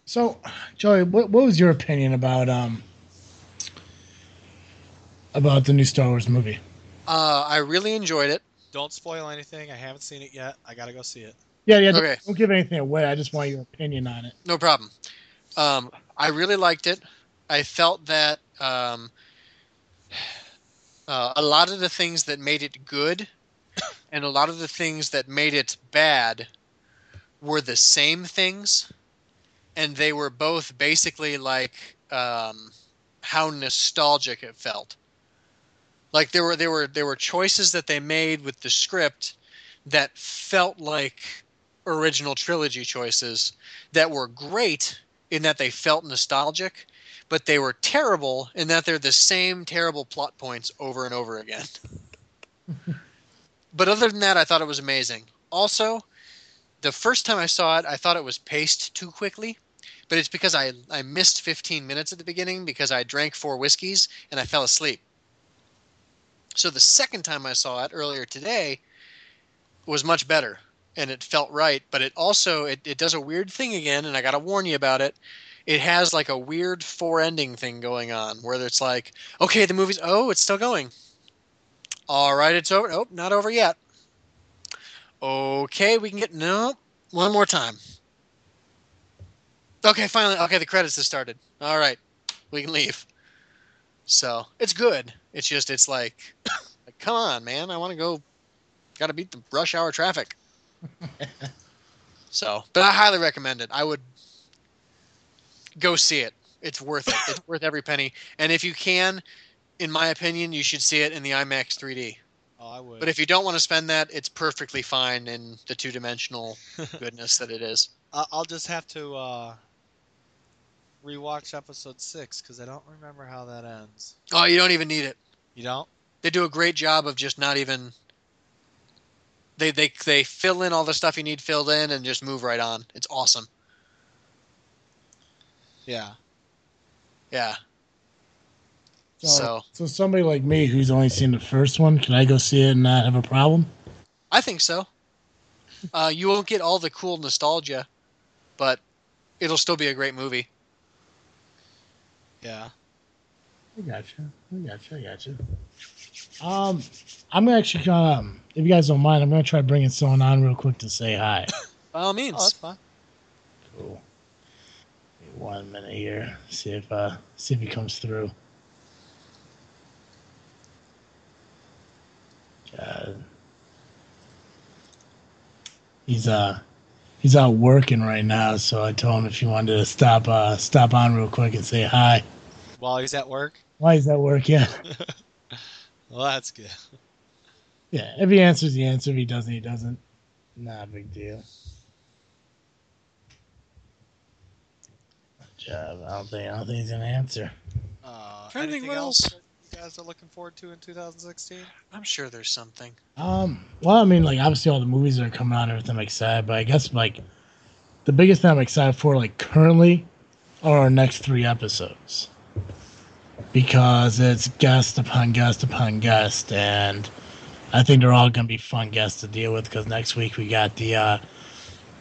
S1: So, Joey, what, what was your opinion about um about the new Star Wars movie?
S3: Uh, I really enjoyed it.
S2: Don't spoil anything. I haven't seen it yet. I gotta go see it.
S1: Yeah, yeah. don't-
S3: Okay.
S1: Don't give anything away. I just want your opinion on it.
S3: No problem. Um, I really liked it. I felt that um, [sighs] uh, a lot of the things that made it good [coughs] and a lot of the things that made it bad were the same things, and they were both basically like um, how nostalgic it felt. Like there were there were there were choices that they made with the script that felt like original trilogy choices that were great in that they felt nostalgic, but they were terrible in that they're the same terrible plot points over and over again. [laughs] but other than that, I thought it was amazing. Also, the first time I saw it, I thought it was paced too quickly, but it's because I, I missed 15 minutes at the beginning because I drank four whiskeys and I fell asleep. So the second time I saw it earlier today was much better and it felt right but it also it, it does a weird thing again and i gotta warn you about it it has like a weird four ending thing going on where it's like okay the movie's oh it's still going all right it's over oh not over yet okay we can get no one more time okay finally okay the credits have started all right we can leave so it's good it's just it's like, [coughs] like come on man i want to go gotta beat the rush hour traffic so, but I highly recommend it. I would go see it. It's worth it. It's worth every penny. And if you can, in my opinion, you should see it in the IMAX 3D.
S2: Oh, I would.
S3: But if you don't want to spend that, it's perfectly fine in the two-dimensional goodness that it is.
S2: I- I'll just have to uh, rewatch episode six because I don't remember how that ends.
S3: Oh, you don't even need it.
S2: You don't?
S3: They do a great job of just not even. They they they fill in all the stuff you need filled in and just move right on. It's awesome.
S2: Yeah.
S3: Oh, Yeah.
S1: So,
S3: so
S1: so somebody like me who's only seen the first one, can I go see it and not have a problem?
S3: I think so. Uh, you won't get all the cool nostalgia, but it'll still be a great movie.
S2: Yeah.
S1: I gotcha. I gotcha. I gotcha. Um, I'm actually gonna, um, if you guys don't mind, I'm gonna try bringing someone on real quick to say hi.
S3: By all
S2: Oh, that's
S3: means.
S2: fine.
S1: Cool. Wait One minute here. See if uh see if he comes through. God. He's uh he's out working right now, so I told him if he wanted to stop uh stop on real quick and say hi.
S2: While he's at work?
S1: Why is that work? [laughs] Yeah.
S2: Well, that's good.
S1: Yeah. If he answers he answers, if he doesn't, he doesn't. Not a big deal. Good job. I don't think I don't think he's gonna answer.
S2: Uh,
S3: Trying to think
S2: anything
S3: what
S2: else
S3: else.
S2: that you guys are looking forward to in 2016?
S3: I'm sure there's something.
S1: Um, well, I mean, like obviously all the movies that are coming out and everything like that, but I guess like the biggest thing I'm excited for, like currently, are our next three episodes because it's guest upon guest upon guest, and I think they're all gonna be fun guests to deal with because next week we got the uh,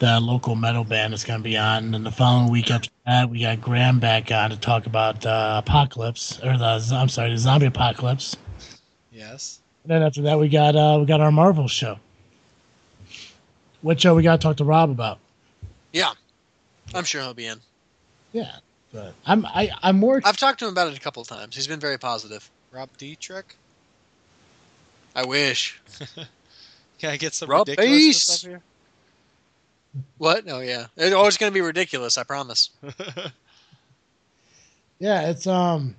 S1: the local metal band is going to be on. And then the following week after that, we got Graham back on to talk about uh, apocalypse or the I'm sorry, the zombie apocalypse.
S2: Yes.
S1: And then after that, we got uh, we got our Marvel show. What show we got to talk to Rob about?
S3: Yeah, I'm sure he'll be in.
S1: Yeah, but I'm I, I'm more
S3: I've talked to him about it a couple times. He's been very positive.
S2: Rob Dietrich.
S3: I wish.
S2: Can I get some
S3: Rob
S2: ridiculous
S3: Bass.
S2: stuff here?
S3: What? No, yeah. It, oh, it's going to be ridiculous. I promise.
S1: yeah it's um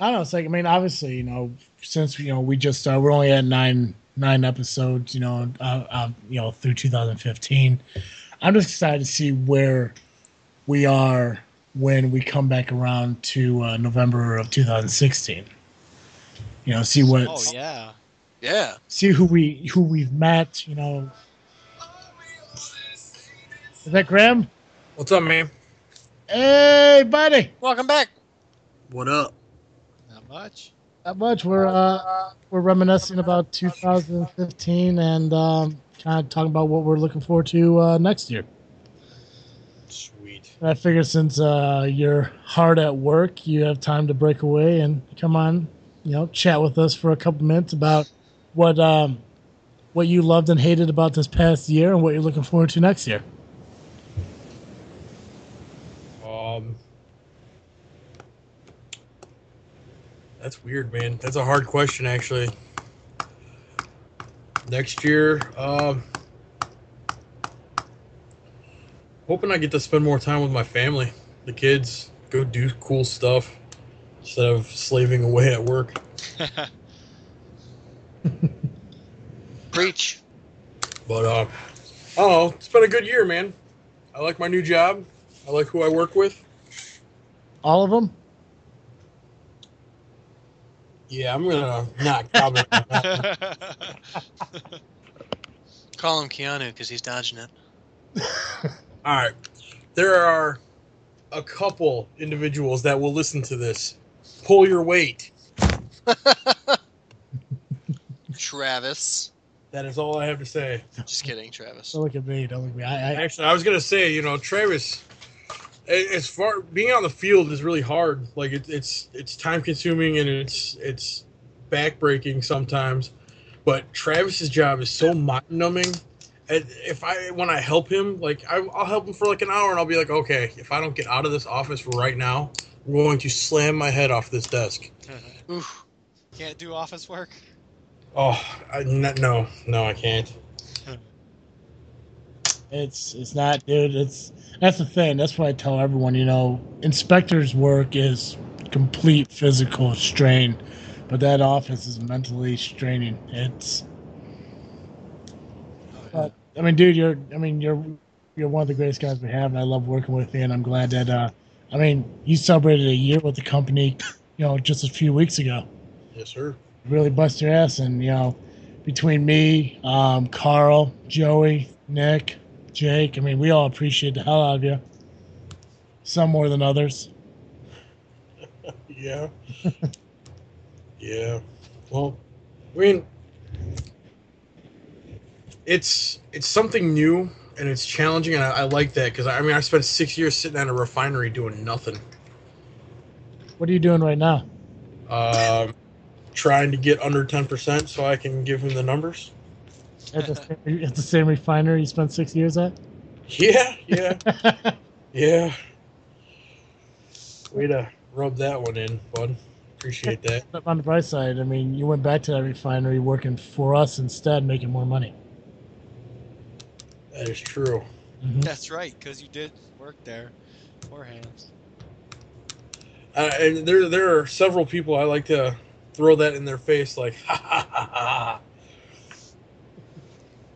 S1: i don't know it's like i mean obviously you know since you know we just uh, we're only at nine nine episodes you know uh, uh, you know through 2015 i'm just excited to see where we are when we come back around to uh, november of 2016 you know see what
S2: [laughs] Oh yeah.
S3: Yeah.
S1: see who we who we've met you know is that graham
S4: What's up, man?
S1: hey buddy
S3: Welcome back.
S4: What up?
S2: Not much. [laughs]
S1: Not much. We're uh, we're reminiscing about 2015 and um, kind of talking about what we're looking forward to uh, next year.
S4: Sweet.
S1: And I figure since uh, you're hard at work, you have time to break away and come on, you know, chat with us for a couple minutes about what um, what you loved and hated about this past year and what you're looking forward to next year.
S4: Um, that's weird, man. That's a hard question, actually. Next year, um, hoping I get to spend more time with my family, the kids, go do cool stuff instead of slaving away at work.
S3: Preach.
S4: But uh, I don't know. It's been a good year, man. I like my new job. I like who I work with.
S1: All of them.
S4: Yeah, I'm gonna not comment on
S2: [laughs]
S4: that.
S3: Call him Keanu because he's dodging it.
S4: All right. There are a couple individuals that will listen to this. Pull your weight.
S3: Travis.
S4: That is all I have to say.
S3: Just kidding,
S4: [laughs]
S3: Travis.
S1: Don't look at me. Don't look at me. I, I,
S4: Actually, I was going to say, you know, Travis, a- as far being on the field is really hard. Like it, it's it's time consuming and it's it's backbreaking sometimes. But Travis's job is so mind numbing. If I when I help him, like I, I'll help him for like an hour, and I'll be like, okay, if I don't get out of this office right now, I'm going to slam my head off this desk.
S3: Oof.
S2: Can't do office work.
S4: Oh, I, n- no, no, I can't.
S1: It's it's not, dude. It's that's the thing. That's what I tell everyone. You know, inspector's work is complete physical strain, but that office is mentally straining. It's. But, I mean, dude, you're. I mean, you're. You're one of the greatest guys we have, and I love working with you. And I'm glad that. Uh, I mean, you celebrated a year with the company, you know, just a few weeks ago
S4: Yes, sir.
S1: really bust your ass. And you know, between me, um, Carl, Joey, Nick, Jake, I mean, we all appreciate the hell out of you. Some more than others.
S4: [laughs] Yeah. yeah. Well, I mean, it's it's something new and it's challenging, and I, I like that because I, I mean I spent six years sitting at a refinery doing nothing,
S1: What are you doing right now?
S4: [laughs] um, trying to get under ten percent so I can give him the numbers.
S1: At the same, [laughs] at the same refinery you spent six years at?
S4: [laughs] Yeah, yeah, [laughs] yeah. Way to rub that one in, bud. Appreciate that.
S1: But on the bright side, I mean, you went back to that refinery working for us instead, making more money.
S4: That is true.
S1: Mhm.
S2: That's right, because you did work there beforehand.
S4: uh, and there there are several people I like to throw that in their face, like [laughs] ha ha ha ha.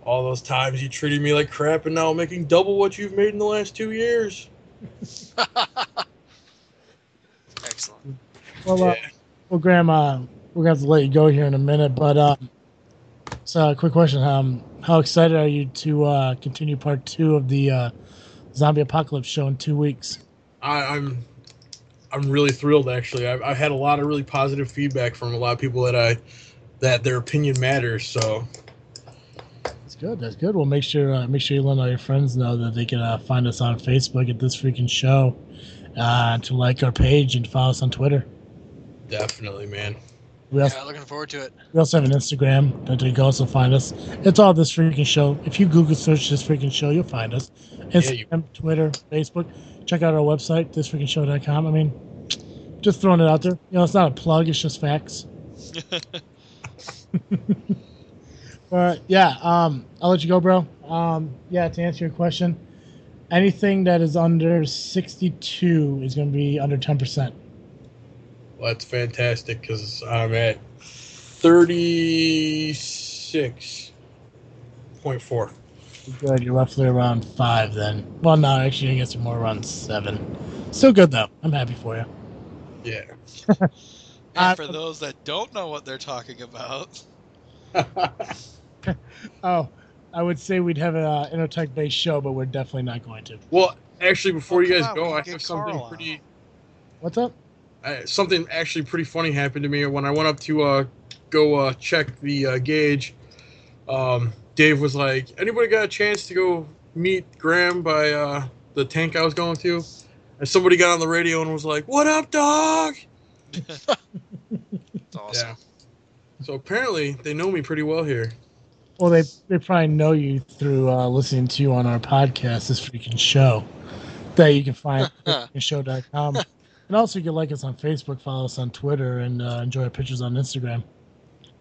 S4: All those times you treated me like crap, and now I'm making double what you've made in the last two years.
S3: Excellent.
S1: Well, uh, well, Grandma, we're gonna have to let you go here in a minute, but um, so a quick question: um, How excited are you to uh, continue part two of the uh, zombie apocalypse show in two weeks?
S4: I, I'm I'm really thrilled actually. I've, I've had a lot of really positive feedback from a lot of people that I that their opinion matters. So
S1: good. That's good. Well, make sure uh, make sure you let all your friends know that they can uh, find us on Facebook at this freaking show, uh, to like our page and follow us on Twitter.
S4: Definitely, man.
S1: We also
S3: Yeah, looking forward to it.
S1: we also have an Instagram that you can also find us. It's all this freaking show. If you Google search this freaking show, you'll find us.
S4: Yeah,
S1: Instagram,
S4: you-
S1: Twitter, Facebook. Check out our website, thisfreakingshow.com. I mean, just throwing it out there. You know, it's not a plug. It's just
S4: [laughs]
S1: facts. [laughs] But yeah, um, I'll let you go, bro. Um, yeah, to answer your question, anything that is under 62 is going to be under 10%.
S4: Well, that's fantastic because I'm at thirty-six point four.
S1: Good, you're roughly around five then. Well, no, actually, I guess you're more around seven. Still good though. I'm happy for you.
S4: Yeah.
S1: Uh,
S2: And for those that don't know what they're talking about, [laughs]
S1: Oh, I would say we'd have an uh, Intertech based show, but we're definitely not going to.
S4: [laughs] well, actually, before
S2: Oh, come
S4: you guys
S2: on, we
S4: go,
S2: can
S4: I
S2: get
S4: have something
S2: Carl on.
S4: pretty.
S1: What's up?
S4: I, something actually pretty funny happened to me when I went up to uh, go uh, check the uh, gauge. Um, Dave was like, "Anybody got a chance to go meet Graham by uh, the tank I was going to?" And somebody got on the radio and was like, "What up, dog?"
S3: It's awesome.
S4: So apparently they know me pretty well here.
S1: Well, they they probably know you through uh, listening to you on our podcast, this freaking show that you can
S2: [laughs]
S1: find at show.com. And also, you can like us on Facebook, follow us on Twitter, and uh, enjoy our pictures on Instagram.
S2: do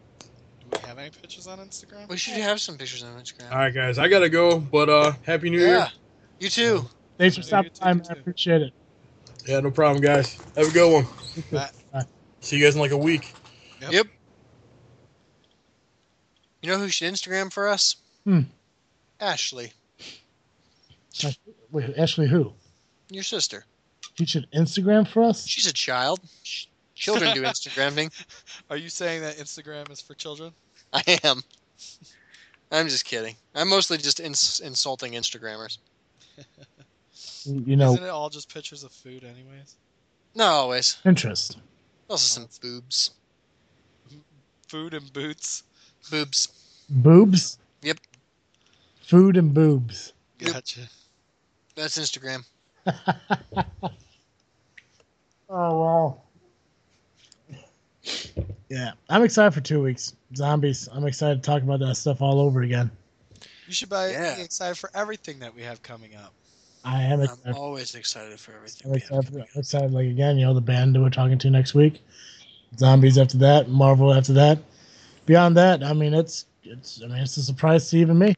S2: we have any pictures on Instagram?
S3: We should have some pictures on Instagram.
S4: All right, guys, I gotta go, but uh, happy New
S3: yeah.
S4: Year.
S3: You too.
S1: Thanks for
S2: Yeah, you
S1: stopping
S2: too,
S1: by, man.
S2: you
S1: I
S2: too.
S1: appreciate it.
S4: Yeah, no problem, guys. Have a good one.
S2: Bye.
S4: See you guys in like a week.
S3: You know who should Instagram for us?
S1: Hmm.
S3: Ashley,
S1: Wait, Ashley, who?
S3: your sister.
S1: You should Instagram for us?
S3: She's a child. Sh-
S1: [laughs]
S3: Children do Instagramming.
S2: Are you saying that Instagram is for children?
S3: I am. I'm just kidding. I'm mostly just ins- insulting Instagrammers.
S1: You know,
S2: Isn't it all just pictures of food, anyways?
S3: Not always.
S1: Pinterest.
S3: Also some boobs.
S2: Food and boots.
S3: Boobs.
S1: Boobs?
S3: Yep.
S1: Food and boobs.
S3: Yep.
S2: Gotcha.
S3: That's Instagram.
S1: Oh wow. Yeah, I'm excited for two weeks. Zombies. I'm excited to talk about that stuff all over again.
S2: You should buy,
S3: Yeah.
S2: be excited for everything that we have coming up.
S1: I am
S3: I'm
S1: excited.
S3: always excited for everything.
S1: I'm
S3: we have
S1: excited,
S3: coming up.
S1: I'm excited. Like again, you know, the band that we're talking to next week. Zombies after that. Marvel after that. Beyond that, I mean, it's it's. I mean, it's a surprise to even me.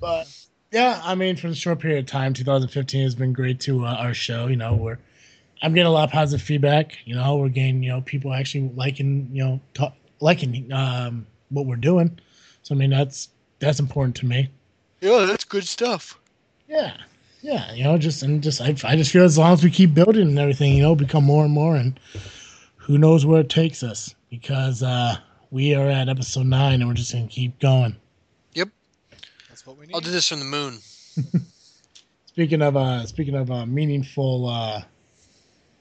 S1: But yeah, I mean, for the short period of time, 2015 has been great to uh, our show. You know, we're I'm getting a lot of positive feedback. You know, we're getting you know people actually liking you know ta liking um, what we're doing. So I mean, that's that's important to me.
S3: Yeah, that's good stuff.
S1: Yeah, yeah. You know, just and just I I just feel as long as we keep building and everything, you know, become more and more, and who knows where it takes us because uh, we are at episode nine and we're just gonna keep going.
S2: That's what we
S3: I'll do
S2: need.
S3: this from the moon.
S1: Speaking of uh, speaking of uh, meaningful, uh,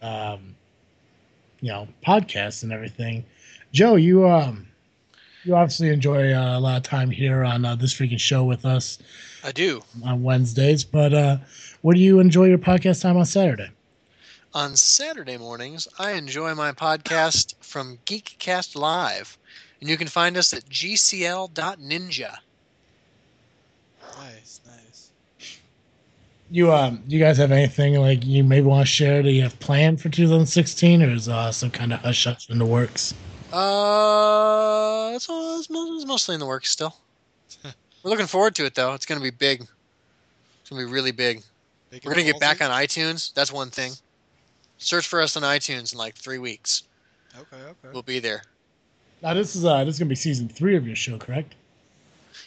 S1: um, you know, podcasts and everything, Joe, you um, you obviously enjoy uh, a lot of time here on uh, this freaking show with us
S3: I do.
S1: on Wednesdays. But uh, what do you enjoy your podcast time on Saturday?
S3: On Saturday mornings, I enjoy my podcast from Geekcast Live. And you can find us at gcl.ninja.
S2: Nice, nice.
S1: You um, you guys have anything like you maybe want to share that you have planned for 2016, or is uh, some kind of hush hush in the works?
S3: Uh, it's, all- it's mo- it's mostly in the works still. We're looking forward to it, though. It's going to be big. It's going to be really big.
S2: Bacon
S3: We're going to get back
S2: ballsy?
S3: on iTunes. That's one thing. Search for us on iTunes in like three weeks.
S2: Okay, okay.
S3: We'll be there.
S1: Now this is uh, this is gonna be season three of your show, correct?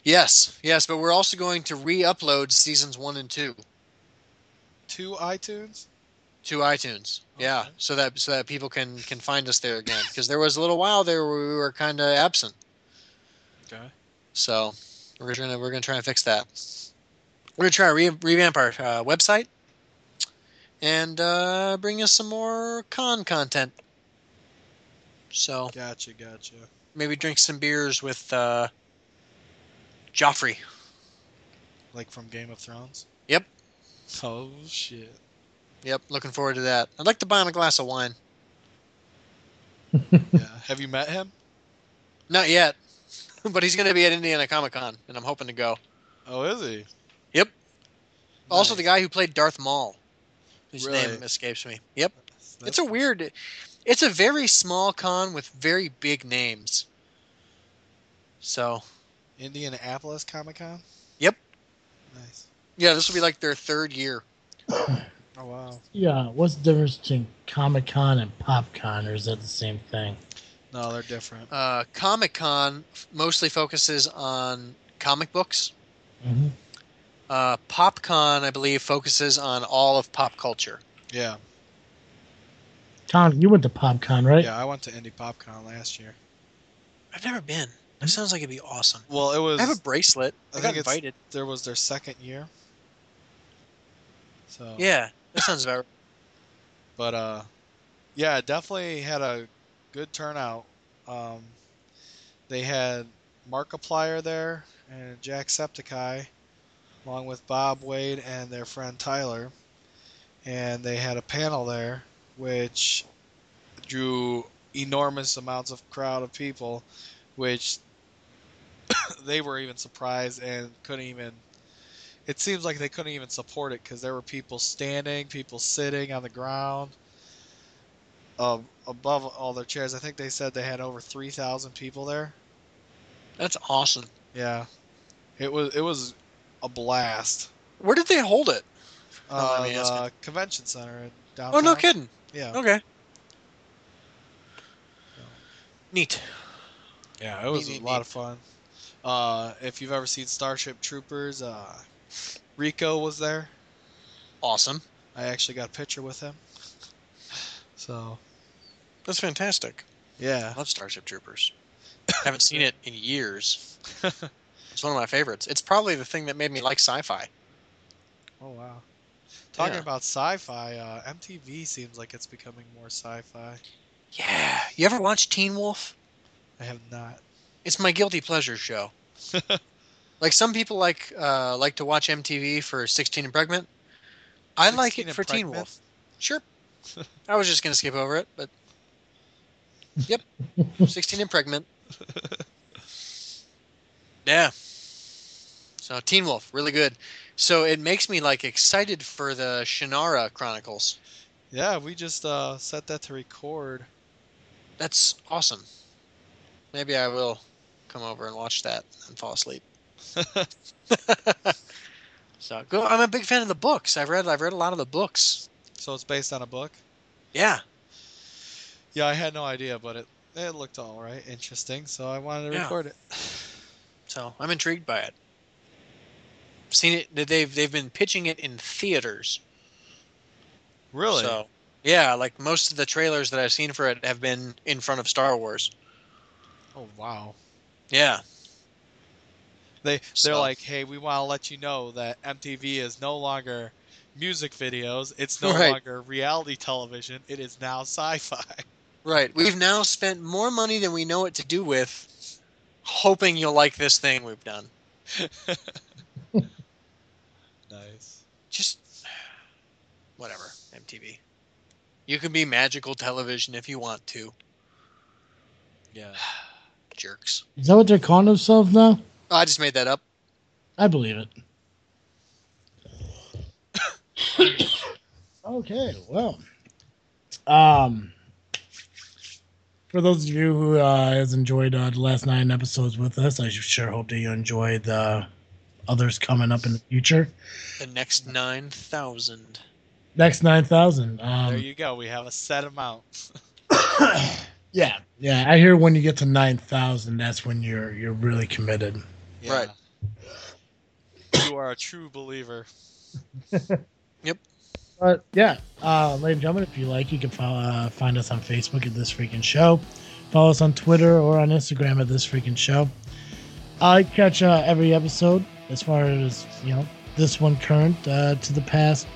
S3: Yes, yes, but we're also going to re upload seasons one and two.
S2: Two iTunes.
S3: to iTunes. Yeah,
S2: Okay.
S3: so that so that people can can find us there again because there was a little while there where we were kind of absent.
S2: Okay.
S3: So we're gonna we're gonna try and fix that. We're gonna try and re- revamp our uh, website and uh, bring us some more con content. So
S2: Gotcha, gotcha.
S3: maybe drink some beers with uh, Joffrey.
S2: like from Game of Thrones.
S3: Yep.
S2: Oh shit.
S3: Yep, looking forward to that. I'd like to buy him a glass of wine.
S2: Yeah. Have you met him?
S3: Not yet, [laughs] but he's going to be at Indiana Comic Con, and I'm hoping to go.
S2: Oh, is he?
S3: Yep. Also,
S2: Nice.
S3: the guy who played Darth Maul, whose
S2: Really?
S3: name escapes me. Yep.
S2: That's-
S3: it's a weird. It's a very small con with very big names. So
S2: Indianapolis Comic Con?
S3: Yep.
S2: Nice.
S3: yeah, this will be like their third year.
S2: Oh wow.
S1: Yeah, what's the difference between Comic Con and Pop Con, or is that the same thing?
S2: No, they're different.
S3: Uh, Comic Con mostly focuses on comic books.
S1: Mm-hmm.
S3: Uh, PopCon, I believe, focuses on all of pop culture.
S2: Yeah.
S1: Tom, you went to Pop Con, right?
S2: Yeah, I went to Indie PopCon last year.
S3: I've never been. That sounds like it'd be awesome.
S2: Well, it was
S3: I have a bracelet.
S2: Hmm? I
S3: I, got
S2: think it's-
S3: invited.
S2: there was their second year. So
S3: Yeah, that sounds about right.
S2: but uh, yeah, it definitely had a good turnout. Um, they had Markiplier there and Jacksepticeye, along with Bob Wade and their friend Tyler, and they had a panel there which drew enormous amounts of crowd of people, which [coughs] they were even surprised and couldn't even it seems like they couldn't even support it because there were people standing, people sitting on the ground, um, above all their chairs. I think they said they had over three thousand people there.
S3: That's awesome.
S2: Yeah, it was it was a blast.
S3: Where did they hold it? Oh, let
S2: Uh,
S3: me ask
S2: the convention center in
S3: Oh,
S2: downtown.
S3: no kidding.
S2: Yeah,
S3: Okay. Neat.
S2: yeah, it was a
S3: Neat, neat,
S2: lot
S3: neat.
S2: of fun. Uh, if you've ever seen Starship Troopers, uh, Rico was there.
S3: Awesome.
S2: I actually got a picture with him. So
S3: That's fantastic.
S2: yeah,
S3: I love Starship [laughs] Troopers. Haven't seen it in years. [laughs] It's one of my favorites. It's probably the thing that made me like sci-fi.
S2: Oh wow! Talking
S3: Yeah.
S2: about sci-fi, uh, MTV seems like it's becoming more sci-fi.
S3: Yeah. You ever watch Teen Wolf?
S2: I have not.
S3: It's my guilty pleasure
S2: [laughs]
S3: show. like some people like uh, like to watch MTV for 16 and pregnant. I like
S2: 16
S3: it
S2: and
S3: for Teen
S2: Pregnant?
S3: Wolf. Sure. I was just gonna skip over it,
S2: [laughs]
S3: but yep, 16
S2: [laughs]
S3: and pregnant. Yeah. So Teen Wolf, really good. So it makes me like excited for the Shannara Chronicles.
S2: Yeah, we just uh, set that to record.
S3: That's awesome. Maybe I will come over and watch that and fall asleep. [laughs] so go. I'm a big fan of the books. I've read. I've read a lot of the books.
S2: So it's based on a book.
S3: Yeah.
S2: Yeah, I had no idea, but it it looked all right, interesting. So I wanted to
S3: Yeah.
S2: record it.
S3: So I'm intrigued by it. Seen it. They've they've been pitching it in theaters.
S2: Really?
S3: So yeah, like most of the trailers that I've seen for it have been in front of Star Wars.
S2: Oh wow!
S3: Yeah.
S2: They they're
S3: So-
S2: like, hey, we want to let you know that MTV is no longer music videos. It's no
S3: [laughs] Right.
S2: longer reality television. It is now sci-fi. [laughs]
S3: Right. We've now spent more money than we know what to do with, hoping you'll like this thing we've done.
S2: Nice.
S3: just [sighs] whatever MTV. You can be magical television if you want to,
S2: Yeah.
S3: jerks.
S1: Is that what they're calling themselves now?
S3: I just made that up.
S1: I believe it. [coughs] okay, well, um, for those of you who uh, has enjoyed uh, the last nine episodes with us, I sure hope that you enjoyed the others coming up in the future.
S3: The next nine thousand.
S1: Next nine thousand. Um, [coughs]
S2: there you go. We have a set amount.
S1: yeah, yeah. I hear when you get to nine thousand, that's when you're you're really committed.
S3: Right.
S2: You are a true believer.
S1: But yeah, uh, ladies and gentlemen, if you like, you can follow, uh, find us on Facebook at This Freaking Show. Follow us on Twitter or on Instagram at This Freaking Show. I catch uh, every episode as far as, you know, this one current uh, to the past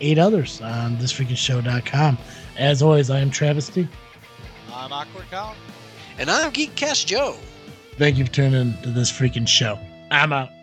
S1: eight others on thisfreakingshow.com. As always, I am Travesty.
S2: I'm Awkward Count.
S3: And I'm Geekcast Joe.
S1: Thank you for tuning in to This Freaking Show. I'm out.